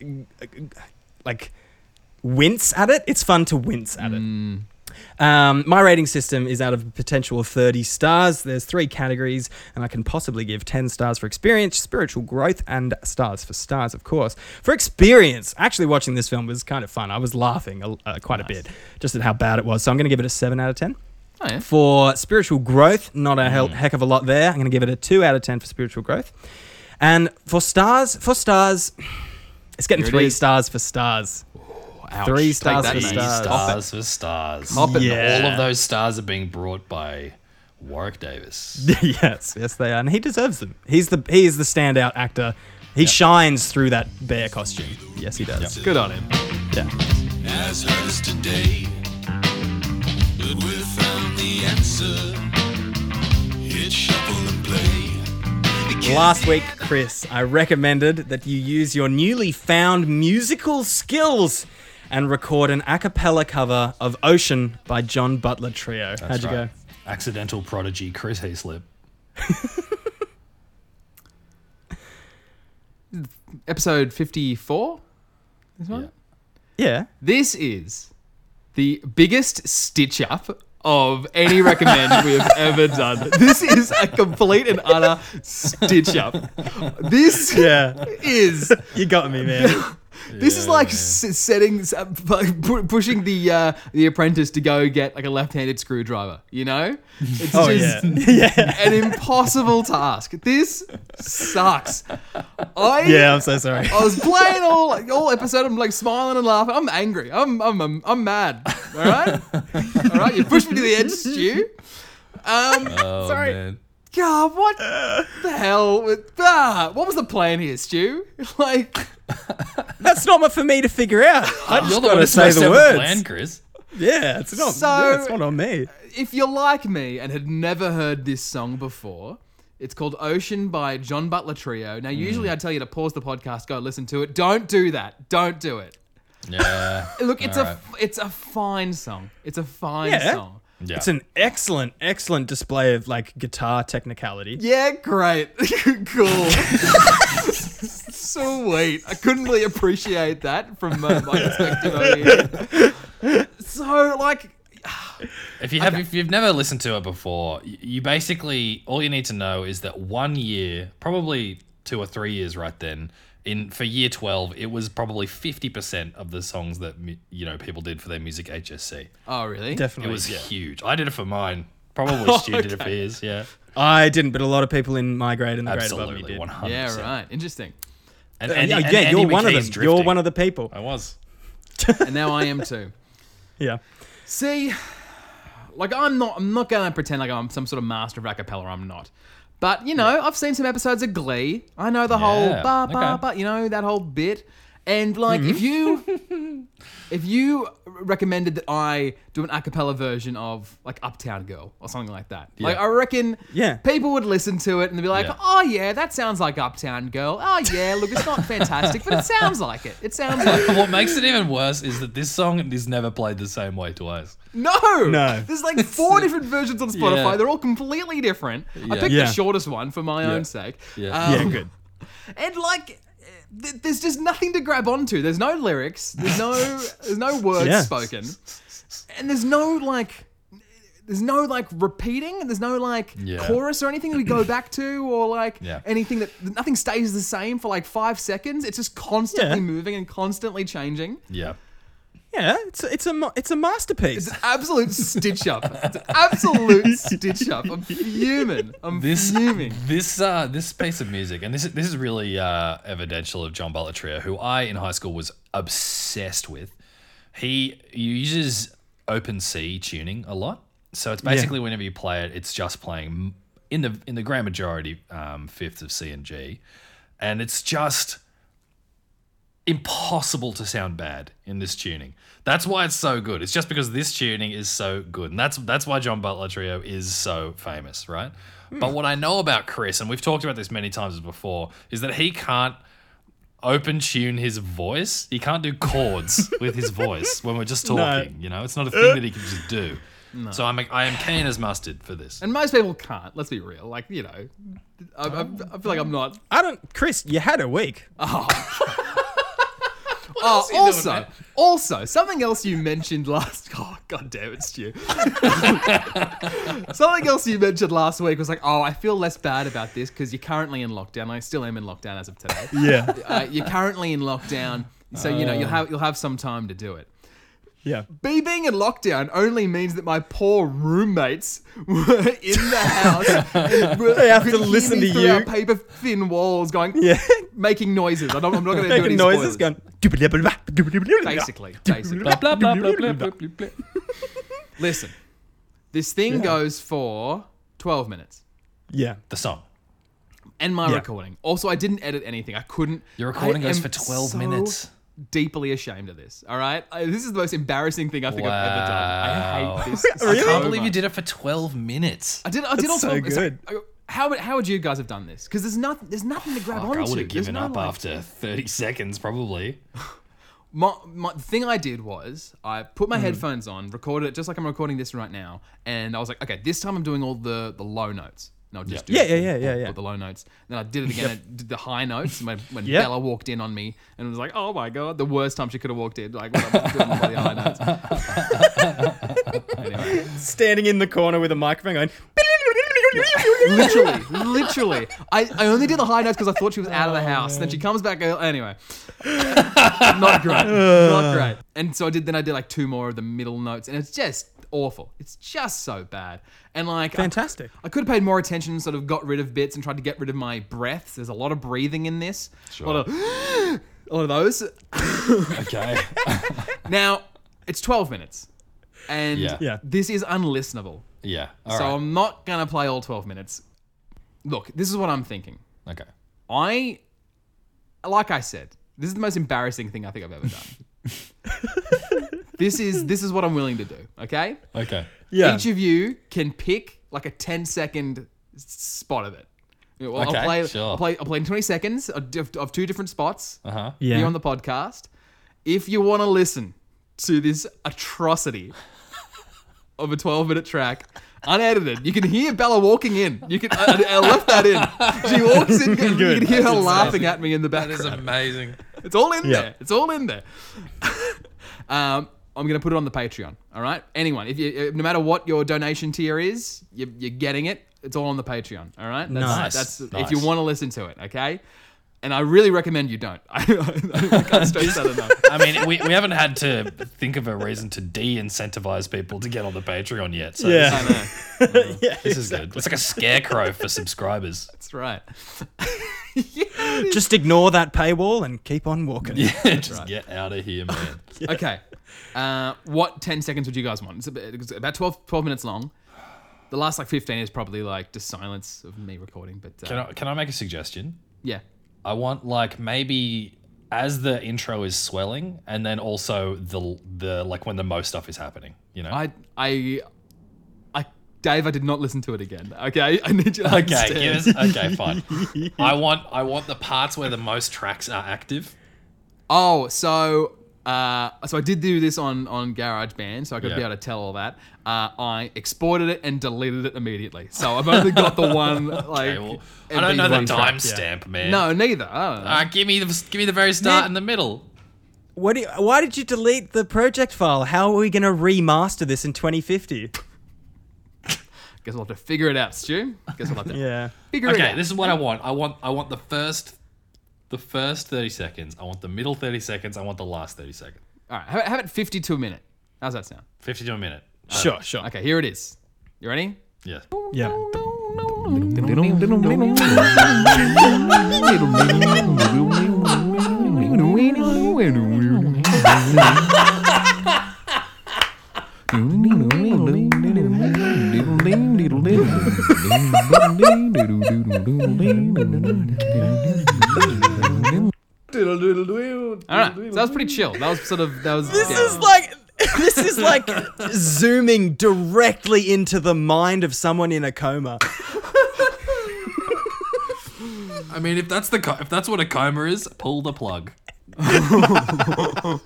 [SPEAKER 1] like wince at it. It's fun to wince at it. Um, my rating system is out of a potential of 30 stars. There's three categories, and I can possibly give 10 stars for experience, spiritual growth, and stars for stars, of course. For experience, actually watching this film was kind of fun. I was laughing a, uh, quite a bit just at how bad it was. So I'm going to give it a 7 out of 10.
[SPEAKER 2] Oh, yeah.
[SPEAKER 1] For spiritual growth, not a
[SPEAKER 2] Mm.
[SPEAKER 1] hell, heck of a lot there. I'm going to give it a 2 out of 10 for spiritual growth. And for stars, for stars, it's getting
[SPEAKER 2] Here it
[SPEAKER 1] 3
[SPEAKER 2] is.
[SPEAKER 1] stars for stars.
[SPEAKER 2] Ouch.
[SPEAKER 1] Three
[SPEAKER 2] Take
[SPEAKER 1] stars
[SPEAKER 2] that,
[SPEAKER 1] for
[SPEAKER 2] Steve.
[SPEAKER 1] stars.
[SPEAKER 2] Stop it.
[SPEAKER 3] stars for stars.
[SPEAKER 2] Cop it.
[SPEAKER 1] Yeah.
[SPEAKER 3] All of those stars are being brought by Warwick Davis.
[SPEAKER 1] yes, yes, they are, and he deserves them. He's the he is the standout actor. He shines through that bear costume. Yes, he does.
[SPEAKER 2] Good on him.
[SPEAKER 1] Yeah.
[SPEAKER 4] as hers today. But we found the answer. It's shuffle and play.
[SPEAKER 1] Last week, Chris, I recommended that you use your newly found musical skills and record an a cappella cover of Ocean by John Butler Trio. How'd you
[SPEAKER 3] That's
[SPEAKER 1] go?
[SPEAKER 3] right. Accidental prodigy Chris Heaslip.
[SPEAKER 2] Episode 54? This one?
[SPEAKER 3] Yeah.
[SPEAKER 1] Yeah.
[SPEAKER 2] This is the biggest stitch up of any recommend we have ever done. This is a complete and utter stitch up. This
[SPEAKER 1] Yeah.
[SPEAKER 2] is
[SPEAKER 1] You got me, man.
[SPEAKER 2] this is like s- setting s- uh, pu- pu- pushing the uh, the apprentice to go get like a left-handed screwdriver, you know? It's
[SPEAKER 1] Oh,
[SPEAKER 2] just
[SPEAKER 1] yeah. yeah.
[SPEAKER 2] an impossible task. This sucks. I
[SPEAKER 1] Yeah, I'm so sorry.
[SPEAKER 2] I was playing all like, all episode. I'm like smiling and laughing. I'm angry. I'm I'm I'm, I'm mad. All right, all right. You pushed me to the edge, Stu. Um,
[SPEAKER 3] Oh,
[SPEAKER 1] Sorry.
[SPEAKER 3] man.
[SPEAKER 2] God, what the hell? With, ah, what was the plan here, Stu? Like,
[SPEAKER 1] That's not for me to figure out. I just
[SPEAKER 3] You're the
[SPEAKER 1] gotta
[SPEAKER 3] one who's
[SPEAKER 1] say
[SPEAKER 3] supposed to
[SPEAKER 1] the
[SPEAKER 3] have
[SPEAKER 1] words.
[SPEAKER 3] a plan, Chris.
[SPEAKER 1] Yeah, it's not.
[SPEAKER 2] So-
[SPEAKER 1] yeah, it's not on me.
[SPEAKER 2] if you're like me and had never heard this song before. It's called Ocean by John Butler Trio. Now, usually
[SPEAKER 3] Mm.
[SPEAKER 2] I tell you to pause the podcast, go listen to it. Don't do that. Don't do it.
[SPEAKER 3] Yeah.
[SPEAKER 2] Look, it's
[SPEAKER 3] All
[SPEAKER 2] a
[SPEAKER 3] right.
[SPEAKER 2] it's a fine song. It's a fine
[SPEAKER 1] Yeah.
[SPEAKER 2] song.
[SPEAKER 3] Yeah.
[SPEAKER 1] It's an excellent, excellent display of like guitar technicality.
[SPEAKER 2] Yeah, great. cool. Sweet. I couldn't really appreciate that from uh, my perspective. over here. So, like,
[SPEAKER 3] If you have, if you've never listened to it before, y- you basically all you need to know is that one year, probably two or three years, right then, in for year twelve, it was probably fifty percent of the songs that mu- you know people did for their music HSC.
[SPEAKER 2] oh, really?
[SPEAKER 3] It
[SPEAKER 1] Definitely.
[SPEAKER 3] was huge. I did it for mine. Probably Stu did it for his. Yeah,
[SPEAKER 1] I didn't, but a lot of people in my grade and the grade above me
[SPEAKER 3] absolutely,
[SPEAKER 1] did. Uh,
[SPEAKER 3] one hundred.
[SPEAKER 2] Yeah, right. Interesting.
[SPEAKER 3] And,
[SPEAKER 1] Yeah,
[SPEAKER 3] and,
[SPEAKER 1] yeah, you're one of them. You're one of the people.
[SPEAKER 3] I was.
[SPEAKER 2] And now I am too.
[SPEAKER 1] Yeah.
[SPEAKER 2] See, like, I'm not. I'm not going to pretend like I'm some sort of master of acapella. I'm not. But you know, I've seen some episodes of Glee. I know the whole
[SPEAKER 3] Yeah,
[SPEAKER 2] ba ba
[SPEAKER 3] okay.
[SPEAKER 2] ba. You know that whole bit. And like, if you
[SPEAKER 3] Mm-hmm.
[SPEAKER 2] if you recommended that I do an a cappella version of like Uptown Girl or something like that, like I reckon
[SPEAKER 1] Yeah.
[SPEAKER 2] people would listen to it and they'd be like,
[SPEAKER 3] Yeah.
[SPEAKER 2] oh yeah, that sounds like Uptown Girl. Oh yeah, look, it's not fantastic, but it sounds like it. It sounds like
[SPEAKER 3] what makes it even worse is that this song is never played the same way twice.
[SPEAKER 2] No,
[SPEAKER 1] No.
[SPEAKER 2] There's like four different versions on Spotify.
[SPEAKER 3] Yeah.
[SPEAKER 2] They're all completely different. I
[SPEAKER 3] Yeah.
[SPEAKER 2] picked
[SPEAKER 1] Yeah.
[SPEAKER 2] the shortest one for my own sake. Um,
[SPEAKER 3] Yeah.
[SPEAKER 1] Yeah, good.
[SPEAKER 2] And like, th- there's just nothing to grab onto. There's no lyrics. There's no. there's no words
[SPEAKER 1] Yeah.
[SPEAKER 2] spoken. And there's no like. There's no like repeating. There's no like
[SPEAKER 3] Yeah.
[SPEAKER 2] chorus or anything that we go back to or like
[SPEAKER 3] Yeah.
[SPEAKER 2] anything that nothing stays the same for like five seconds. It's just constantly
[SPEAKER 1] Yeah.
[SPEAKER 2] moving and constantly changing.
[SPEAKER 3] Yeah.
[SPEAKER 1] Yeah, it's it's a mo- it's a masterpiece.
[SPEAKER 2] It's an absolute stitch up. It's an absolute stitch up. I'm fuming. I'm
[SPEAKER 3] This-
[SPEAKER 2] fuming.
[SPEAKER 3] This uh, this piece of music, and this is- this is really uh, evidential of John Butler Trio, who I in high school was obsessed with. He uses open C tuning a lot, so it's basically whenever you play it, it's just playing in the in the grand majority um, fifth of C and G, and it's just impossible to sound bad in this tuning. That's why it's so good. It's just because this tuning is so good. And that's that's why John Butler Trio is so famous, right? But what I know about Chris, and we've talked about this many times before, is that he can't open tune his voice. He can't do chords with his voice when we're just talking, you know? It's not a thing that he can just do. So I'm I am keen as mustard for this.
[SPEAKER 2] And most people can't. Let's be real. Like you know, I, I, I feel like I'm not.
[SPEAKER 1] I don't, Chris. You had a week.
[SPEAKER 2] Oh,
[SPEAKER 3] you doing,
[SPEAKER 2] also,
[SPEAKER 3] man?
[SPEAKER 2] also something else you mentioned last. Oh God damn it, Stu. Something else you mentioned last week was like, oh, I feel less bad about this because you're currently in lockdown. I still am in lockdown as of today.
[SPEAKER 1] Yeah.
[SPEAKER 2] Uh, you're currently in lockdown, so you know you'll have you'll have some time to do it.
[SPEAKER 1] Yeah.
[SPEAKER 2] Me being in lockdown only means that my poor roommates were in the house. and were-
[SPEAKER 1] They have
[SPEAKER 2] could
[SPEAKER 1] to
[SPEAKER 2] hear
[SPEAKER 1] listen
[SPEAKER 2] me
[SPEAKER 1] to
[SPEAKER 2] through
[SPEAKER 1] you.
[SPEAKER 2] our paper thin walls going,
[SPEAKER 1] Yeah.
[SPEAKER 2] making noises. I don't, I'm not going to do any
[SPEAKER 1] Making noises
[SPEAKER 2] spoilers.
[SPEAKER 1] going. Basically.
[SPEAKER 2] Basically, basically.
[SPEAKER 3] Blah, blah, blah, blah, blah, blah, blah, blah.
[SPEAKER 2] Listen, this thing goes for 12 minutes.
[SPEAKER 1] Yeah.
[SPEAKER 3] The song.
[SPEAKER 2] And my
[SPEAKER 1] Yeah.
[SPEAKER 2] recording. Also, I didn't edit anything. I couldn't.
[SPEAKER 3] Your recording
[SPEAKER 2] I
[SPEAKER 3] goes
[SPEAKER 2] am
[SPEAKER 3] for 12
[SPEAKER 2] so
[SPEAKER 3] minutes.
[SPEAKER 2] Deeply ashamed of this. All right, I, this is the most embarrassing thing I think I've ever done. I
[SPEAKER 3] Wow.
[SPEAKER 2] hate this.
[SPEAKER 1] Really?
[SPEAKER 3] I
[SPEAKER 2] so
[SPEAKER 3] can't believe you
[SPEAKER 2] much.
[SPEAKER 3] did it for 12 minutes.
[SPEAKER 2] I did. I did
[SPEAKER 1] That's
[SPEAKER 2] also.
[SPEAKER 1] so
[SPEAKER 2] it's like-
[SPEAKER 1] good.
[SPEAKER 2] I- how would how would you guys have done this? Because there's nothing. There's nothing to grab
[SPEAKER 3] Fuck,
[SPEAKER 2] onto.
[SPEAKER 3] I would have
[SPEAKER 2] There's
[SPEAKER 3] given
[SPEAKER 2] no,
[SPEAKER 3] up
[SPEAKER 2] like-
[SPEAKER 3] after 30 seconds, probably.
[SPEAKER 2] My, my the thing I did was I put
[SPEAKER 1] Hmm.
[SPEAKER 2] my headphones on, recorded it just like I'm recording this right now, and I was like, okay, this time I'm doing all the the low notes. And I'll just
[SPEAKER 1] Yeah,
[SPEAKER 2] do
[SPEAKER 1] yeah, yeah, yeah, yeah.
[SPEAKER 2] Put the low notes. Then I did it again. I did the high notes when, when
[SPEAKER 1] Yep.
[SPEAKER 2] Bella walked in on me and was like, "Oh my god, the worst time she could have walked in." Like, what am I doing by the high notes? anyway,
[SPEAKER 1] Standing in the corner with a microphone going.
[SPEAKER 2] literally, literally, I, I only did the high notes because I thought she was
[SPEAKER 3] Oh,
[SPEAKER 2] out of the house. Then she comes back. uh, Anyway, not great,
[SPEAKER 3] Uh.
[SPEAKER 2] not great. And so I did. Then I did like two more of the middle notes, and it's just awful. It's just so bad. And like, I-
[SPEAKER 1] Fantastic.
[SPEAKER 2] I could have paid more attention, sort of got rid of bits and tried to get rid of my breaths. There's a lot of breathing in this. Sure. A lot of, a lot of those.
[SPEAKER 3] Okay.
[SPEAKER 2] Now, it's 12 minutes. And
[SPEAKER 3] Yeah.
[SPEAKER 1] Yeah.
[SPEAKER 2] this is unlistenable.
[SPEAKER 3] yeah. All
[SPEAKER 2] so
[SPEAKER 3] right.
[SPEAKER 2] I'm not going to play all 12 minutes. Look, this is what I'm thinking.
[SPEAKER 3] okay.
[SPEAKER 2] I, like I said, this is the most embarrassing thing I think I've ever done. this is this is what I'm willing to do, okay?
[SPEAKER 3] Okay.
[SPEAKER 1] Yeah.
[SPEAKER 2] Each of you can pick like a 10 second s- spot of it. You know, I'll,
[SPEAKER 3] Okay,
[SPEAKER 2] play,
[SPEAKER 3] sure.
[SPEAKER 2] I'll play. I'll play 20 seconds of, of- of two different spots
[SPEAKER 3] Uh huh.
[SPEAKER 1] Yeah.
[SPEAKER 2] here on the podcast. If you want to listen to this atrocity of a 12 minute track, unedited, you can hear Bella walking in. You can. I, I left that in. She walks in. You can hear her laughing at me in the background.
[SPEAKER 3] amazing.
[SPEAKER 2] It's all in
[SPEAKER 1] Yeah.
[SPEAKER 2] there. It's all in there. um, I'm going to put it on the Patreon. All right. Anyone, if you, uh, no matter what your donation tier is, you, you're getting it. It's all on the Patreon. All right. That's,
[SPEAKER 1] Nice.
[SPEAKER 2] That's if
[SPEAKER 3] Nice.
[SPEAKER 2] you want to listen to it. Okay. And I really recommend you don't. I, can't stress that enough.
[SPEAKER 3] I mean, we, we haven't had to think of a reason to de incentivize people to get on the Patreon yet. So
[SPEAKER 1] Yeah.
[SPEAKER 2] I know.
[SPEAKER 1] yeah.
[SPEAKER 3] this, is good. It's like a scarecrow for subscribers.
[SPEAKER 2] That's right.
[SPEAKER 1] Just ignore that paywall and keep on walking.
[SPEAKER 3] Yeah, just get out of here, man.
[SPEAKER 2] Okay. Uh, what 10 seconds would you guys want? It's about, it's about 12, 12 minutes long. The last like 15 is probably like just silence of me recording. But uh,
[SPEAKER 3] Can I, can I make a suggestion?
[SPEAKER 2] yeah.
[SPEAKER 3] I want like maybe as the intro is swelling, and then also the the like when the most stuff is happening. You know.
[SPEAKER 2] I, I, I, Dave, I did not listen to it again. Okay, I need you. To
[SPEAKER 3] okay.
[SPEAKER 2] understand.
[SPEAKER 3] Give us, okay. Fine. I want I want the parts where the most tracks are active.
[SPEAKER 2] Oh, so, uh, so I did do this on on GarageBand, so I could be
[SPEAKER 3] Yeah.
[SPEAKER 2] able to tell all that. Uh, I exported it and deleted it immediately. So I've only got the one like.
[SPEAKER 3] Okay, well, I don't know the
[SPEAKER 2] MP3 track.
[SPEAKER 3] timestamp, man.
[SPEAKER 2] No, neither. I don't know.
[SPEAKER 3] Uh, give me the give me the very start
[SPEAKER 1] Man-
[SPEAKER 3] and the middle.
[SPEAKER 1] What do you, why did you delete the project file? How are we going to remaster this in 2050?
[SPEAKER 2] Guess we'll have to figure it out, Stu. Guess we'll have to
[SPEAKER 1] Yeah.
[SPEAKER 2] figure it out.
[SPEAKER 3] Okay, this is what I want. I want I want the first the first 30 seconds. I want the middle 30 seconds. I want the last 30 seconds.
[SPEAKER 2] All right, have it, have it fifty-two minute. How's that sound?
[SPEAKER 3] 50 to a minute.
[SPEAKER 1] Sure, sure.
[SPEAKER 2] Okay, here it is. You ready?
[SPEAKER 3] Yeah.
[SPEAKER 1] Yeah.
[SPEAKER 2] All right, so that was pretty chill. That was sort of that was.
[SPEAKER 1] This is like this is like zooming directly into the mind of someone in a coma.
[SPEAKER 3] I mean, if that's the co- if that's what a coma is, pull the plug.
[SPEAKER 2] Uh,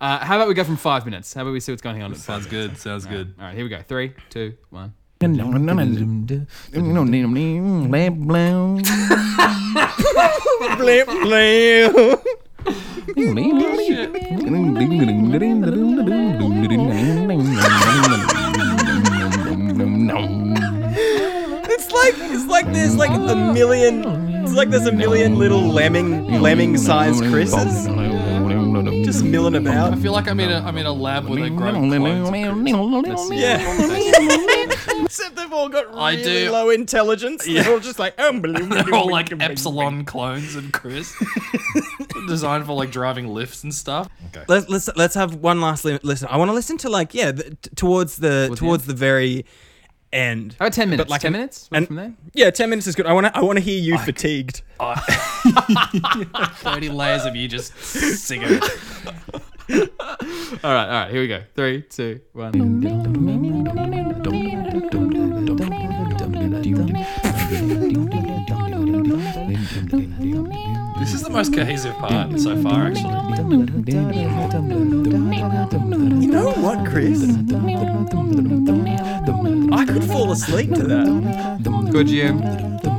[SPEAKER 2] how about we go from five minutes? How about we see what's going on? At five
[SPEAKER 3] Sounds good. Sounds good.
[SPEAKER 2] All right, here we go. Three, two, one.
[SPEAKER 1] Blim, blim.
[SPEAKER 6] Shit.
[SPEAKER 1] like there's like a million. It's like there's a million little lemming lemming-sized Chris's just milling about.
[SPEAKER 3] I feel like I'm in a I'm in a lab with a group.
[SPEAKER 1] Yeah. Except they've all got really
[SPEAKER 3] I do-
[SPEAKER 1] low intelligence. They're all just like um,
[SPEAKER 3] They're all like epsilon clones and Chris, designed for like driving lifts and stuff. Okay.
[SPEAKER 1] Let's let's let's have one last li- listen. I want to listen to like yeah, the, t- towards the towards the very end.
[SPEAKER 2] About ten minutes.
[SPEAKER 1] like
[SPEAKER 2] ten
[SPEAKER 1] an-
[SPEAKER 2] minutes Went
[SPEAKER 1] an-
[SPEAKER 2] from there.
[SPEAKER 1] Yeah, ten minutes is good. I want to I want to hear you fatigued.
[SPEAKER 3] Thirty layers of you just singing.
[SPEAKER 2] All right, all right. Here we go. Three, two, one.
[SPEAKER 3] This is the most cohesive part so far, actually.
[SPEAKER 1] You know what, Chris? I could fall asleep to that.
[SPEAKER 2] Good, Jim.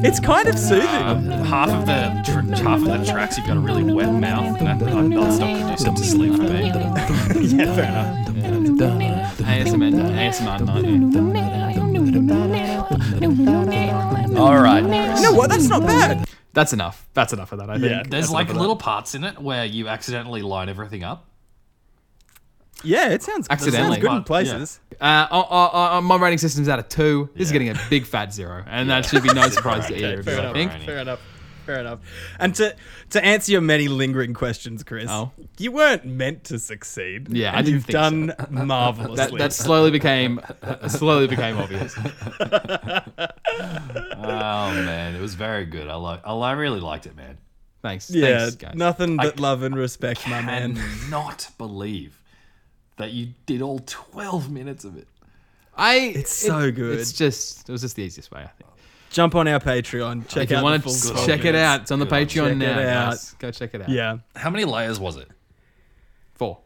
[SPEAKER 1] It's kind of soothing.
[SPEAKER 3] Um, Half of the tr- half of the tracks, you've got a really wet mouth, and that, like, that's not conducive to sleep for me.
[SPEAKER 2] ASMR, ASMR night.
[SPEAKER 3] All right, Chris.
[SPEAKER 1] You know what? That's not bad.
[SPEAKER 2] That's enough. That's enough of that. I think.
[SPEAKER 1] Yeah.
[SPEAKER 3] There's
[SPEAKER 2] That's
[SPEAKER 3] like
[SPEAKER 2] enough of
[SPEAKER 3] little parts in it where you accidentally line everything up.
[SPEAKER 1] Yeah, it sounds it sounds
[SPEAKER 2] Accidentally.
[SPEAKER 1] good
[SPEAKER 3] Yeah.
[SPEAKER 1] in places.
[SPEAKER 2] that. Uh, oh, oh, oh, oh, my rating system's out of two. This is getting a big fat zero, and that should be no surprise to either of you.
[SPEAKER 3] fair
[SPEAKER 2] I
[SPEAKER 3] enough.
[SPEAKER 2] think.
[SPEAKER 3] Yeah.
[SPEAKER 1] Fair enough. Fair enough. And to to answer your many lingering questions, Chris,
[SPEAKER 2] Oh.
[SPEAKER 1] you weren't meant to succeed.
[SPEAKER 2] Yeah, I
[SPEAKER 1] and
[SPEAKER 2] didn't
[SPEAKER 1] you've done
[SPEAKER 2] think
[SPEAKER 1] marvelously.
[SPEAKER 2] That, that slowly became slowly became obvious.
[SPEAKER 3] Oh man, it was very good. I like. I really liked it, man.
[SPEAKER 2] Thanks.
[SPEAKER 1] yeah,
[SPEAKER 2] Thanks, guys.
[SPEAKER 1] nothing but love and respect, my man.
[SPEAKER 3] Cannot believe that you did all 12 minutes of it.
[SPEAKER 2] I.
[SPEAKER 1] It's so good.
[SPEAKER 2] It's just. It was just the easiest way. I think.
[SPEAKER 1] Jump on our Patreon. Check
[SPEAKER 2] If you
[SPEAKER 1] out
[SPEAKER 2] want
[SPEAKER 1] the
[SPEAKER 2] to
[SPEAKER 1] full
[SPEAKER 3] good.
[SPEAKER 2] check it
[SPEAKER 3] Yes.
[SPEAKER 2] out, it's on the
[SPEAKER 3] Good.
[SPEAKER 2] Patreon
[SPEAKER 1] Check
[SPEAKER 2] now.
[SPEAKER 1] it out.
[SPEAKER 2] guys. Go check it out.
[SPEAKER 1] Yeah,
[SPEAKER 3] How many layers was it?
[SPEAKER 2] Four.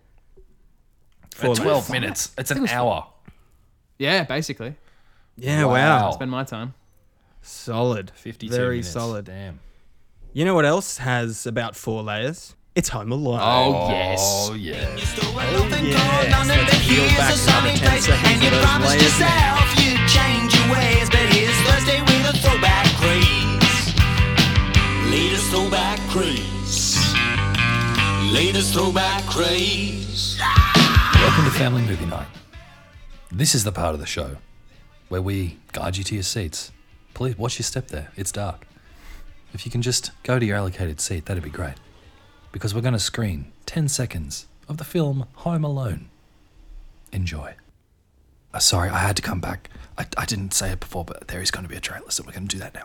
[SPEAKER 1] four
[SPEAKER 3] Twelve minutes. It's an hour.
[SPEAKER 2] Yeah, basically.
[SPEAKER 1] Yeah, wow.
[SPEAKER 2] Spend my time.
[SPEAKER 1] solid.
[SPEAKER 3] Fifty-two.
[SPEAKER 1] Very
[SPEAKER 3] minutes.
[SPEAKER 1] solid.
[SPEAKER 3] Damn.
[SPEAKER 1] You know what else has about four layers? It's Home Alone.
[SPEAKER 2] Oh, yes.
[SPEAKER 3] Oh yeah.
[SPEAKER 4] Throwback craze. Latest throwback craze.
[SPEAKER 3] Welcome to Family Movie Night. This is the part of the show where we guide you to your seats. Please watch your step there. It's dark. If you can just go to your allocated seat, that'd be great. Because we're going to screen 10 seconds of the film Home Alone. Enjoy. Uh, sorry, I had to come back. I, I didn't say it before, but there is going to be a trailer, so we're going to do that now.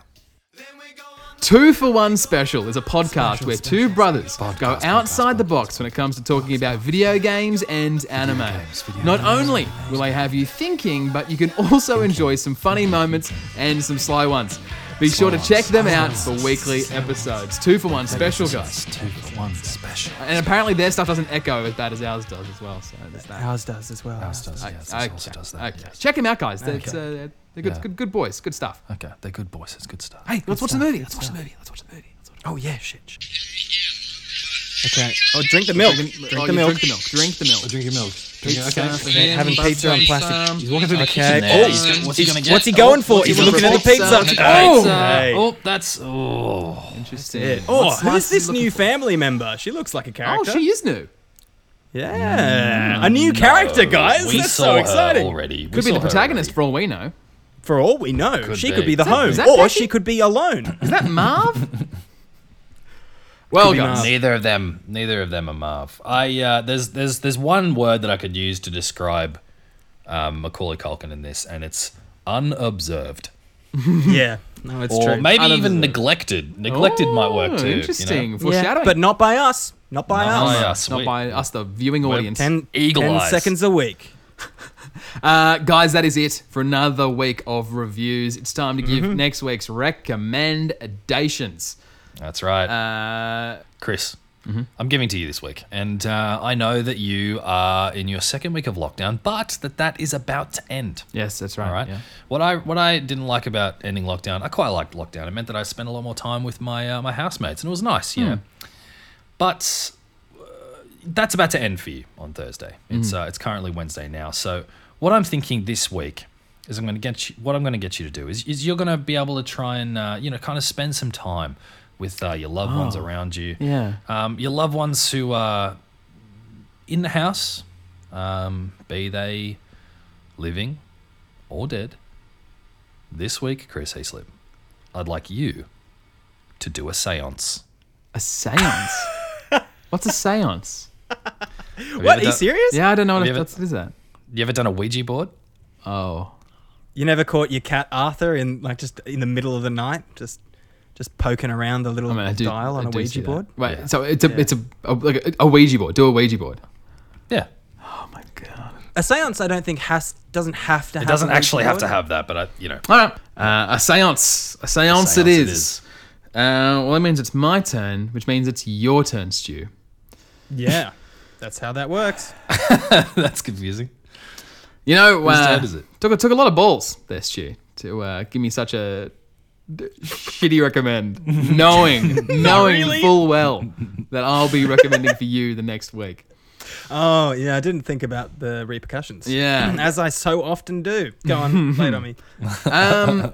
[SPEAKER 2] Two for One Special is a podcast where two brothers
[SPEAKER 3] Podcast,
[SPEAKER 2] go
[SPEAKER 3] podcast,
[SPEAKER 2] outside the
[SPEAKER 3] podcast.
[SPEAKER 2] box when it comes to talking about video games and anime.
[SPEAKER 3] games, video
[SPEAKER 2] Not
[SPEAKER 3] games,
[SPEAKER 2] only
[SPEAKER 3] video games.
[SPEAKER 2] will I have you thinking, but you can also enjoy some funny moments and some sly ones. Be sure to
[SPEAKER 3] ones.
[SPEAKER 2] check them
[SPEAKER 3] Sly
[SPEAKER 2] out
[SPEAKER 3] ones.
[SPEAKER 2] for weekly episodes. Two for One Special, guys.
[SPEAKER 3] It's Two for one special.
[SPEAKER 2] And apparently their stuff doesn't echo as bad as ours does as well. So there's that.
[SPEAKER 1] Ours does as well.
[SPEAKER 3] Ours does, yes, this also does that.
[SPEAKER 2] okay.
[SPEAKER 3] yes.
[SPEAKER 2] Check them out, guys. They're, it's, uh, they're they're good,
[SPEAKER 3] Yeah.
[SPEAKER 2] good, good boys. Good stuff.
[SPEAKER 3] Okay, they're good boys. It's good stuff.
[SPEAKER 2] Hey, let's watch the movie. Let's watch the movie. Let's watch the movie. Let's watch the
[SPEAKER 1] Oh yeah, shit. shit. Okay. Oh, drink the milk. Drink,
[SPEAKER 2] movie.
[SPEAKER 1] the
[SPEAKER 2] Oh, you
[SPEAKER 1] milk.
[SPEAKER 2] Drink the milk. Drink the milk.
[SPEAKER 3] Drink your milk. Drink your,
[SPEAKER 2] stuff.
[SPEAKER 3] okay.
[SPEAKER 1] Yeah, having pizza on plastic.
[SPEAKER 3] He's walking through the
[SPEAKER 1] Okay.
[SPEAKER 3] kitchen there.
[SPEAKER 1] Oh,
[SPEAKER 3] He's gonna- what's he
[SPEAKER 1] he's-
[SPEAKER 3] going to get?
[SPEAKER 1] what's he going for?
[SPEAKER 3] what's he
[SPEAKER 1] He's
[SPEAKER 3] looking
[SPEAKER 1] looking at the
[SPEAKER 2] pizza.
[SPEAKER 1] pizza.
[SPEAKER 2] Look at
[SPEAKER 3] at
[SPEAKER 1] Oh,
[SPEAKER 3] the pizza.
[SPEAKER 1] hey.
[SPEAKER 3] Oh, that's oh.
[SPEAKER 2] Interesting.
[SPEAKER 1] Oh, who's this new family member? She looks like a
[SPEAKER 2] Oh,
[SPEAKER 1] character.
[SPEAKER 2] she is new.
[SPEAKER 1] yeah, a new character, guys.
[SPEAKER 3] we
[SPEAKER 1] That's
[SPEAKER 3] saw
[SPEAKER 1] so
[SPEAKER 3] her
[SPEAKER 1] exciting.
[SPEAKER 3] already. We
[SPEAKER 2] Could be
[SPEAKER 3] saw
[SPEAKER 2] the
[SPEAKER 3] her
[SPEAKER 2] protagonist
[SPEAKER 3] already.
[SPEAKER 2] for all we know.
[SPEAKER 1] For all we know, she
[SPEAKER 3] be.
[SPEAKER 1] could be the
[SPEAKER 3] Is
[SPEAKER 2] that-
[SPEAKER 1] home,
[SPEAKER 2] is that
[SPEAKER 1] or
[SPEAKER 2] Becky?
[SPEAKER 1] she could be alone.
[SPEAKER 2] Is that Marv? well,
[SPEAKER 1] be
[SPEAKER 2] guys.
[SPEAKER 1] Marv.
[SPEAKER 3] Neither of them. Neither of them are Marv. I uh, there's there's there's one word that I could use to describe um, Macaulay Culkin in this, and it's unobserved,
[SPEAKER 1] yeah, no, it's
[SPEAKER 3] or
[SPEAKER 1] true.
[SPEAKER 3] maybe even
[SPEAKER 2] Unobserved.
[SPEAKER 3] neglected. Neglected might work
[SPEAKER 2] Oh,
[SPEAKER 3] too. you know? Oh,
[SPEAKER 2] Interesting.
[SPEAKER 1] yeah,
[SPEAKER 2] Foreshadowing.
[SPEAKER 1] but not by us. Not by
[SPEAKER 3] Not
[SPEAKER 1] us.
[SPEAKER 3] by
[SPEAKER 2] Uh,
[SPEAKER 3] us.
[SPEAKER 2] not
[SPEAKER 3] We-
[SPEAKER 2] by us, the viewing audience.
[SPEAKER 1] Ten,
[SPEAKER 3] Eagle
[SPEAKER 1] ten
[SPEAKER 3] eyes.
[SPEAKER 1] seconds a week.
[SPEAKER 2] Uh, guys, that is it for another week of reviews. It's time to give
[SPEAKER 3] Mm-hmm.
[SPEAKER 2] next week's recommendations.
[SPEAKER 3] That's right.
[SPEAKER 2] Uh,
[SPEAKER 3] Chris, I'm giving to you this week, and uh, I know that you are in your second week of lockdown, but that that is about to end.
[SPEAKER 2] yes, that's right.
[SPEAKER 3] All right.
[SPEAKER 2] yeah.
[SPEAKER 3] What I what I didn't like about ending lockdown, I quite liked lockdown. It meant that I spent a lot more time with my uh, my housemates, and it was nice.
[SPEAKER 2] Hmm.
[SPEAKER 3] Yeah. But uh, that's
[SPEAKER 2] Hmm.
[SPEAKER 3] about to end for you on Thursday. It's uh, it's currently Wednesday now. So what I'm thinking this week is I'm going to get you, what I'm going to get you to do is, is you're going to be able to try and uh, you know kind of spend some time with uh, your loved ones around you.
[SPEAKER 2] Oh, Yeah.
[SPEAKER 3] Um, your loved ones who are in the house, um, be they living or dead. This week, Chris Heaslip, I'd like you to do a séance.
[SPEAKER 2] A seance? What's a seance?
[SPEAKER 1] What? Are
[SPEAKER 3] ever
[SPEAKER 1] you
[SPEAKER 3] done-
[SPEAKER 1] serious?
[SPEAKER 2] Yeah, I don't know
[SPEAKER 3] Have
[SPEAKER 2] what, if
[SPEAKER 3] you ever-
[SPEAKER 2] that's, what is that?
[SPEAKER 3] You ever done a Ouija board?
[SPEAKER 2] Oh.
[SPEAKER 1] You never caught your cat Arthur in like just in the middle of the night, just just poking around the little
[SPEAKER 2] I mean, I do,
[SPEAKER 1] dial on
[SPEAKER 2] I
[SPEAKER 1] a
[SPEAKER 2] do see
[SPEAKER 1] Ouija
[SPEAKER 2] that.
[SPEAKER 1] board.
[SPEAKER 2] Right. So it's a it's a, a like a, a Ouija board. Do a Ouija board.
[SPEAKER 3] Yeah.
[SPEAKER 2] Oh my god.
[SPEAKER 1] A séance, I don't think has doesn't have to.
[SPEAKER 3] It doesn't actually have to have that, but I, you know.
[SPEAKER 2] All right. Uh, a seance. A seance, it
[SPEAKER 3] Seance it
[SPEAKER 2] is.
[SPEAKER 3] is.
[SPEAKER 2] Uh, well, that means it's my turn, which means it's your turn, Stu.
[SPEAKER 1] Yeah, that's how that works.
[SPEAKER 3] That's confusing.
[SPEAKER 2] You know, uh,
[SPEAKER 3] turn is it?
[SPEAKER 2] took took a lot of balls there, Stu, to uh, give me such a d- shitty recommend, knowing knowing full well that I'll be recommending for you the next week.
[SPEAKER 1] Oh yeah, I didn't think about the repercussions.
[SPEAKER 2] Yeah.
[SPEAKER 1] as I so often do. Go on, play it on me.
[SPEAKER 2] Um,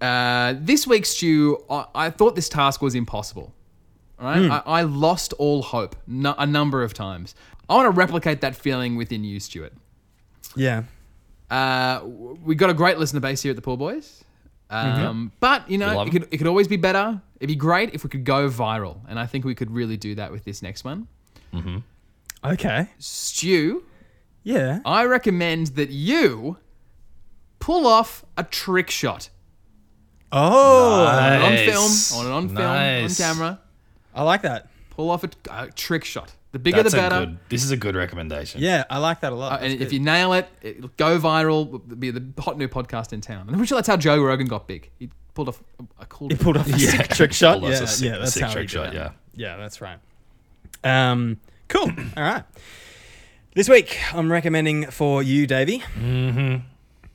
[SPEAKER 2] uh, this week, Stu, I, I thought this task was impossible. All right,
[SPEAKER 3] Hmm.
[SPEAKER 2] I, I lost all hope nu- a number of times. I want to replicate that feeling within you, Stuart.
[SPEAKER 1] Yeah,
[SPEAKER 2] Uh, w- we got a great listener base here at the Pool Boys. Um, But you know,
[SPEAKER 3] Mm-hmm. Love
[SPEAKER 2] it could, it could always be better. It'd be great if we could go viral, and I think we could really do that with this next one.
[SPEAKER 1] okay,
[SPEAKER 2] Stu,
[SPEAKER 1] yeah.
[SPEAKER 2] I recommend that you pull off a trick shot
[SPEAKER 1] Oh,
[SPEAKER 2] on
[SPEAKER 3] Nice.
[SPEAKER 2] film, on it on film,
[SPEAKER 3] Nice.
[SPEAKER 2] on camera.
[SPEAKER 1] I like that.
[SPEAKER 2] Pull off a, a trick shot. The bigger
[SPEAKER 3] That's
[SPEAKER 2] the
[SPEAKER 3] a
[SPEAKER 2] better.
[SPEAKER 3] good. This is a good recommendation.
[SPEAKER 1] Yeah, I like that a lot.
[SPEAKER 2] Uh, and
[SPEAKER 1] That's
[SPEAKER 2] if
[SPEAKER 1] good.
[SPEAKER 2] you nail it, it'll go viral. It'll be the hot new podcast in town. And I'm pretty sure that's how Joe Rogan got big. He pulled off a, a cool.
[SPEAKER 1] He pulled off a sick trick shot.
[SPEAKER 3] Well,
[SPEAKER 1] Yeah,
[SPEAKER 3] that's a sick-
[SPEAKER 1] yeah,
[SPEAKER 3] a
[SPEAKER 1] that's
[SPEAKER 3] sick
[SPEAKER 1] how he
[SPEAKER 3] trick
[SPEAKER 1] did
[SPEAKER 3] shot,
[SPEAKER 1] it.
[SPEAKER 3] yeah.
[SPEAKER 1] yeah, that's right. Um, cool. All right. This week, I'm recommending for you, Davey. Mm-hmm.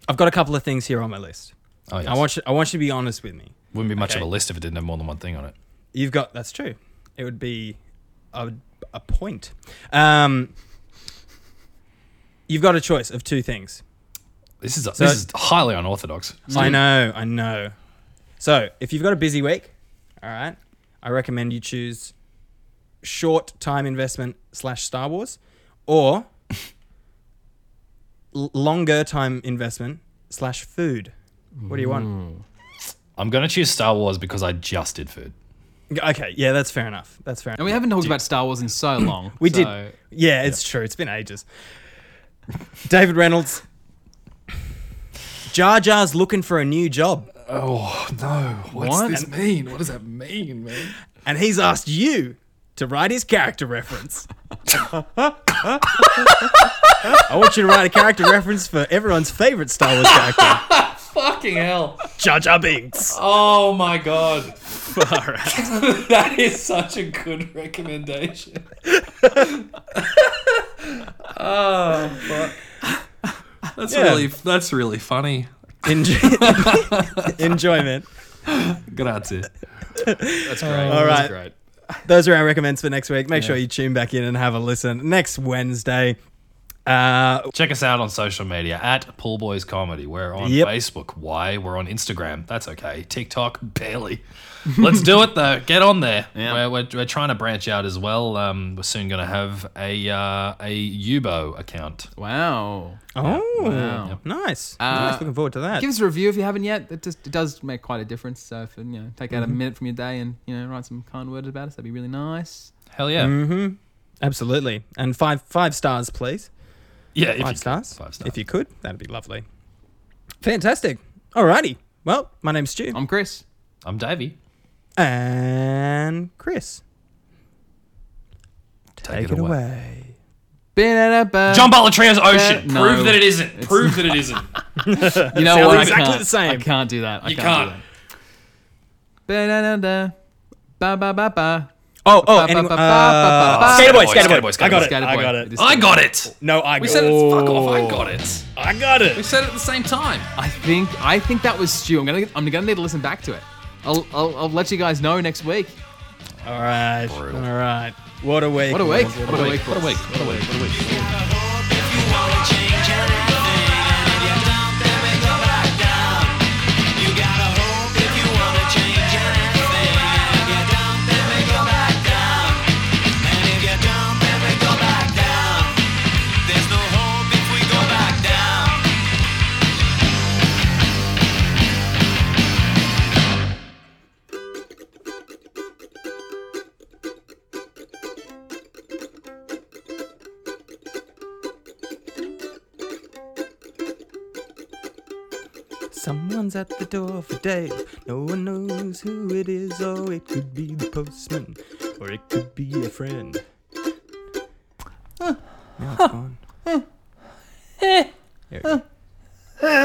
[SPEAKER 1] I've got a couple of things here on my list.
[SPEAKER 3] Oh, yes.
[SPEAKER 1] I want you. I want you to be honest with me.
[SPEAKER 3] Wouldn't be much
[SPEAKER 1] Okay.
[SPEAKER 3] of a list if it didn't have more than one thing on it.
[SPEAKER 1] You've got. That's true. It would be a, a point. Um, you've got a choice of two things.
[SPEAKER 3] This is this is highly unorthodox.
[SPEAKER 1] I know, I know. So, if you've got a busy week, all right, I recommend you choose short time investment slash Star Wars, or l- longer time investment slash food. What do you want?
[SPEAKER 3] I'm gonna choose Star Wars because I just did food.
[SPEAKER 1] Okay, yeah, that's fair enough. That's fair.
[SPEAKER 2] And
[SPEAKER 1] Enough.
[SPEAKER 2] we haven't talked about Star Wars in so long.
[SPEAKER 1] We
[SPEAKER 2] so-
[SPEAKER 1] did. Yeah, it's true. It's been ages. David Reynolds. Jar Jar's looking for a new job,
[SPEAKER 3] Oh no! What's
[SPEAKER 2] What? this
[SPEAKER 3] mean? What does that mean, man?
[SPEAKER 1] and he's asked you to write his character reference. I want you to write a character reference for everyone's favorite Star Wars character,
[SPEAKER 3] Fucking hell!
[SPEAKER 1] Jar Jar Binks.
[SPEAKER 3] Oh my god! that is such a good recommendation. oh fuck! That's
[SPEAKER 1] Yeah.
[SPEAKER 3] really that's really funny.
[SPEAKER 1] Enjoy- Enjoyment.
[SPEAKER 3] Grazie.
[SPEAKER 2] That's great.
[SPEAKER 1] All right.
[SPEAKER 2] That's great.
[SPEAKER 1] Those are our recommends for next week. Make sure you tune back in and have a listen next Wednesday. Uh,
[SPEAKER 3] Check us out on social media at Pool Boys Comedy. We're on
[SPEAKER 1] Yep.
[SPEAKER 3] Facebook. Why? We're on Instagram. That's okay. TikTok, barely. Let's do it though. Get on there. We're, we're, we're trying to branch out as well. Um, we're soon going to have a uh, a Yubo account.
[SPEAKER 2] Wow.
[SPEAKER 1] oh,
[SPEAKER 2] Wow.
[SPEAKER 1] nice. nice. Looking forward to that.
[SPEAKER 2] Give us a review if you haven't yet. It just it does make quite a difference. So if you know, take out a
[SPEAKER 1] Mm-hmm.
[SPEAKER 2] minute from your day and you know write some kind words about us, that'd be really nice.
[SPEAKER 3] Hell yeah.
[SPEAKER 1] Absolutely. And five five stars, please.
[SPEAKER 3] Yeah. If you
[SPEAKER 1] Five
[SPEAKER 3] could.
[SPEAKER 1] stars.
[SPEAKER 3] Five stars.
[SPEAKER 1] If you could, that'd be lovely. Fantastic. Alrighty. Well, my name's Stu.
[SPEAKER 2] I'm Chris.
[SPEAKER 3] I'm Davey.
[SPEAKER 1] and Chris.
[SPEAKER 3] Take, it, away. John
[SPEAKER 2] Jump.
[SPEAKER 3] Butler Trio's Ocean.
[SPEAKER 2] Uh, no.
[SPEAKER 3] Prove that it isn't. Prove that it isn't.
[SPEAKER 2] You know
[SPEAKER 1] Sounds
[SPEAKER 2] what? I
[SPEAKER 1] exactly
[SPEAKER 2] can't-
[SPEAKER 1] the same.
[SPEAKER 2] I can't do that. I
[SPEAKER 3] You
[SPEAKER 2] can't.
[SPEAKER 3] can't.
[SPEAKER 2] Ba-da-da-da. Ba-ba-ba-ba.
[SPEAKER 1] Oh, oh,
[SPEAKER 2] Ba, ba,
[SPEAKER 1] anyone-
[SPEAKER 2] ba, ba,
[SPEAKER 1] uh,
[SPEAKER 2] ba,
[SPEAKER 1] Skater
[SPEAKER 3] ba.
[SPEAKER 1] boy, skater boy. I got it.
[SPEAKER 2] Skater
[SPEAKER 1] I
[SPEAKER 2] boy.
[SPEAKER 1] got
[SPEAKER 2] It
[SPEAKER 1] it.
[SPEAKER 2] is-
[SPEAKER 3] I got it.
[SPEAKER 1] No, I got it.
[SPEAKER 3] We said it. Fuck off. I got it.
[SPEAKER 1] I got
[SPEAKER 3] We
[SPEAKER 1] it.
[SPEAKER 3] said it at the same time.
[SPEAKER 2] I think I think that was Stu. I'm gonna I'm gonna need to listen back to it. I'll I'll, I'll let you guys know next week.
[SPEAKER 1] All right. All right. What a week.
[SPEAKER 2] What a week!
[SPEAKER 1] boys.
[SPEAKER 2] What a week!
[SPEAKER 3] What a week. What a week. What a week.
[SPEAKER 4] If you wanna change anything, and if you don't,
[SPEAKER 1] Someone's at the door for Dave. No one knows who it is. Oh, it could be the postman, or it could be a friend. Now it's gone. There we go.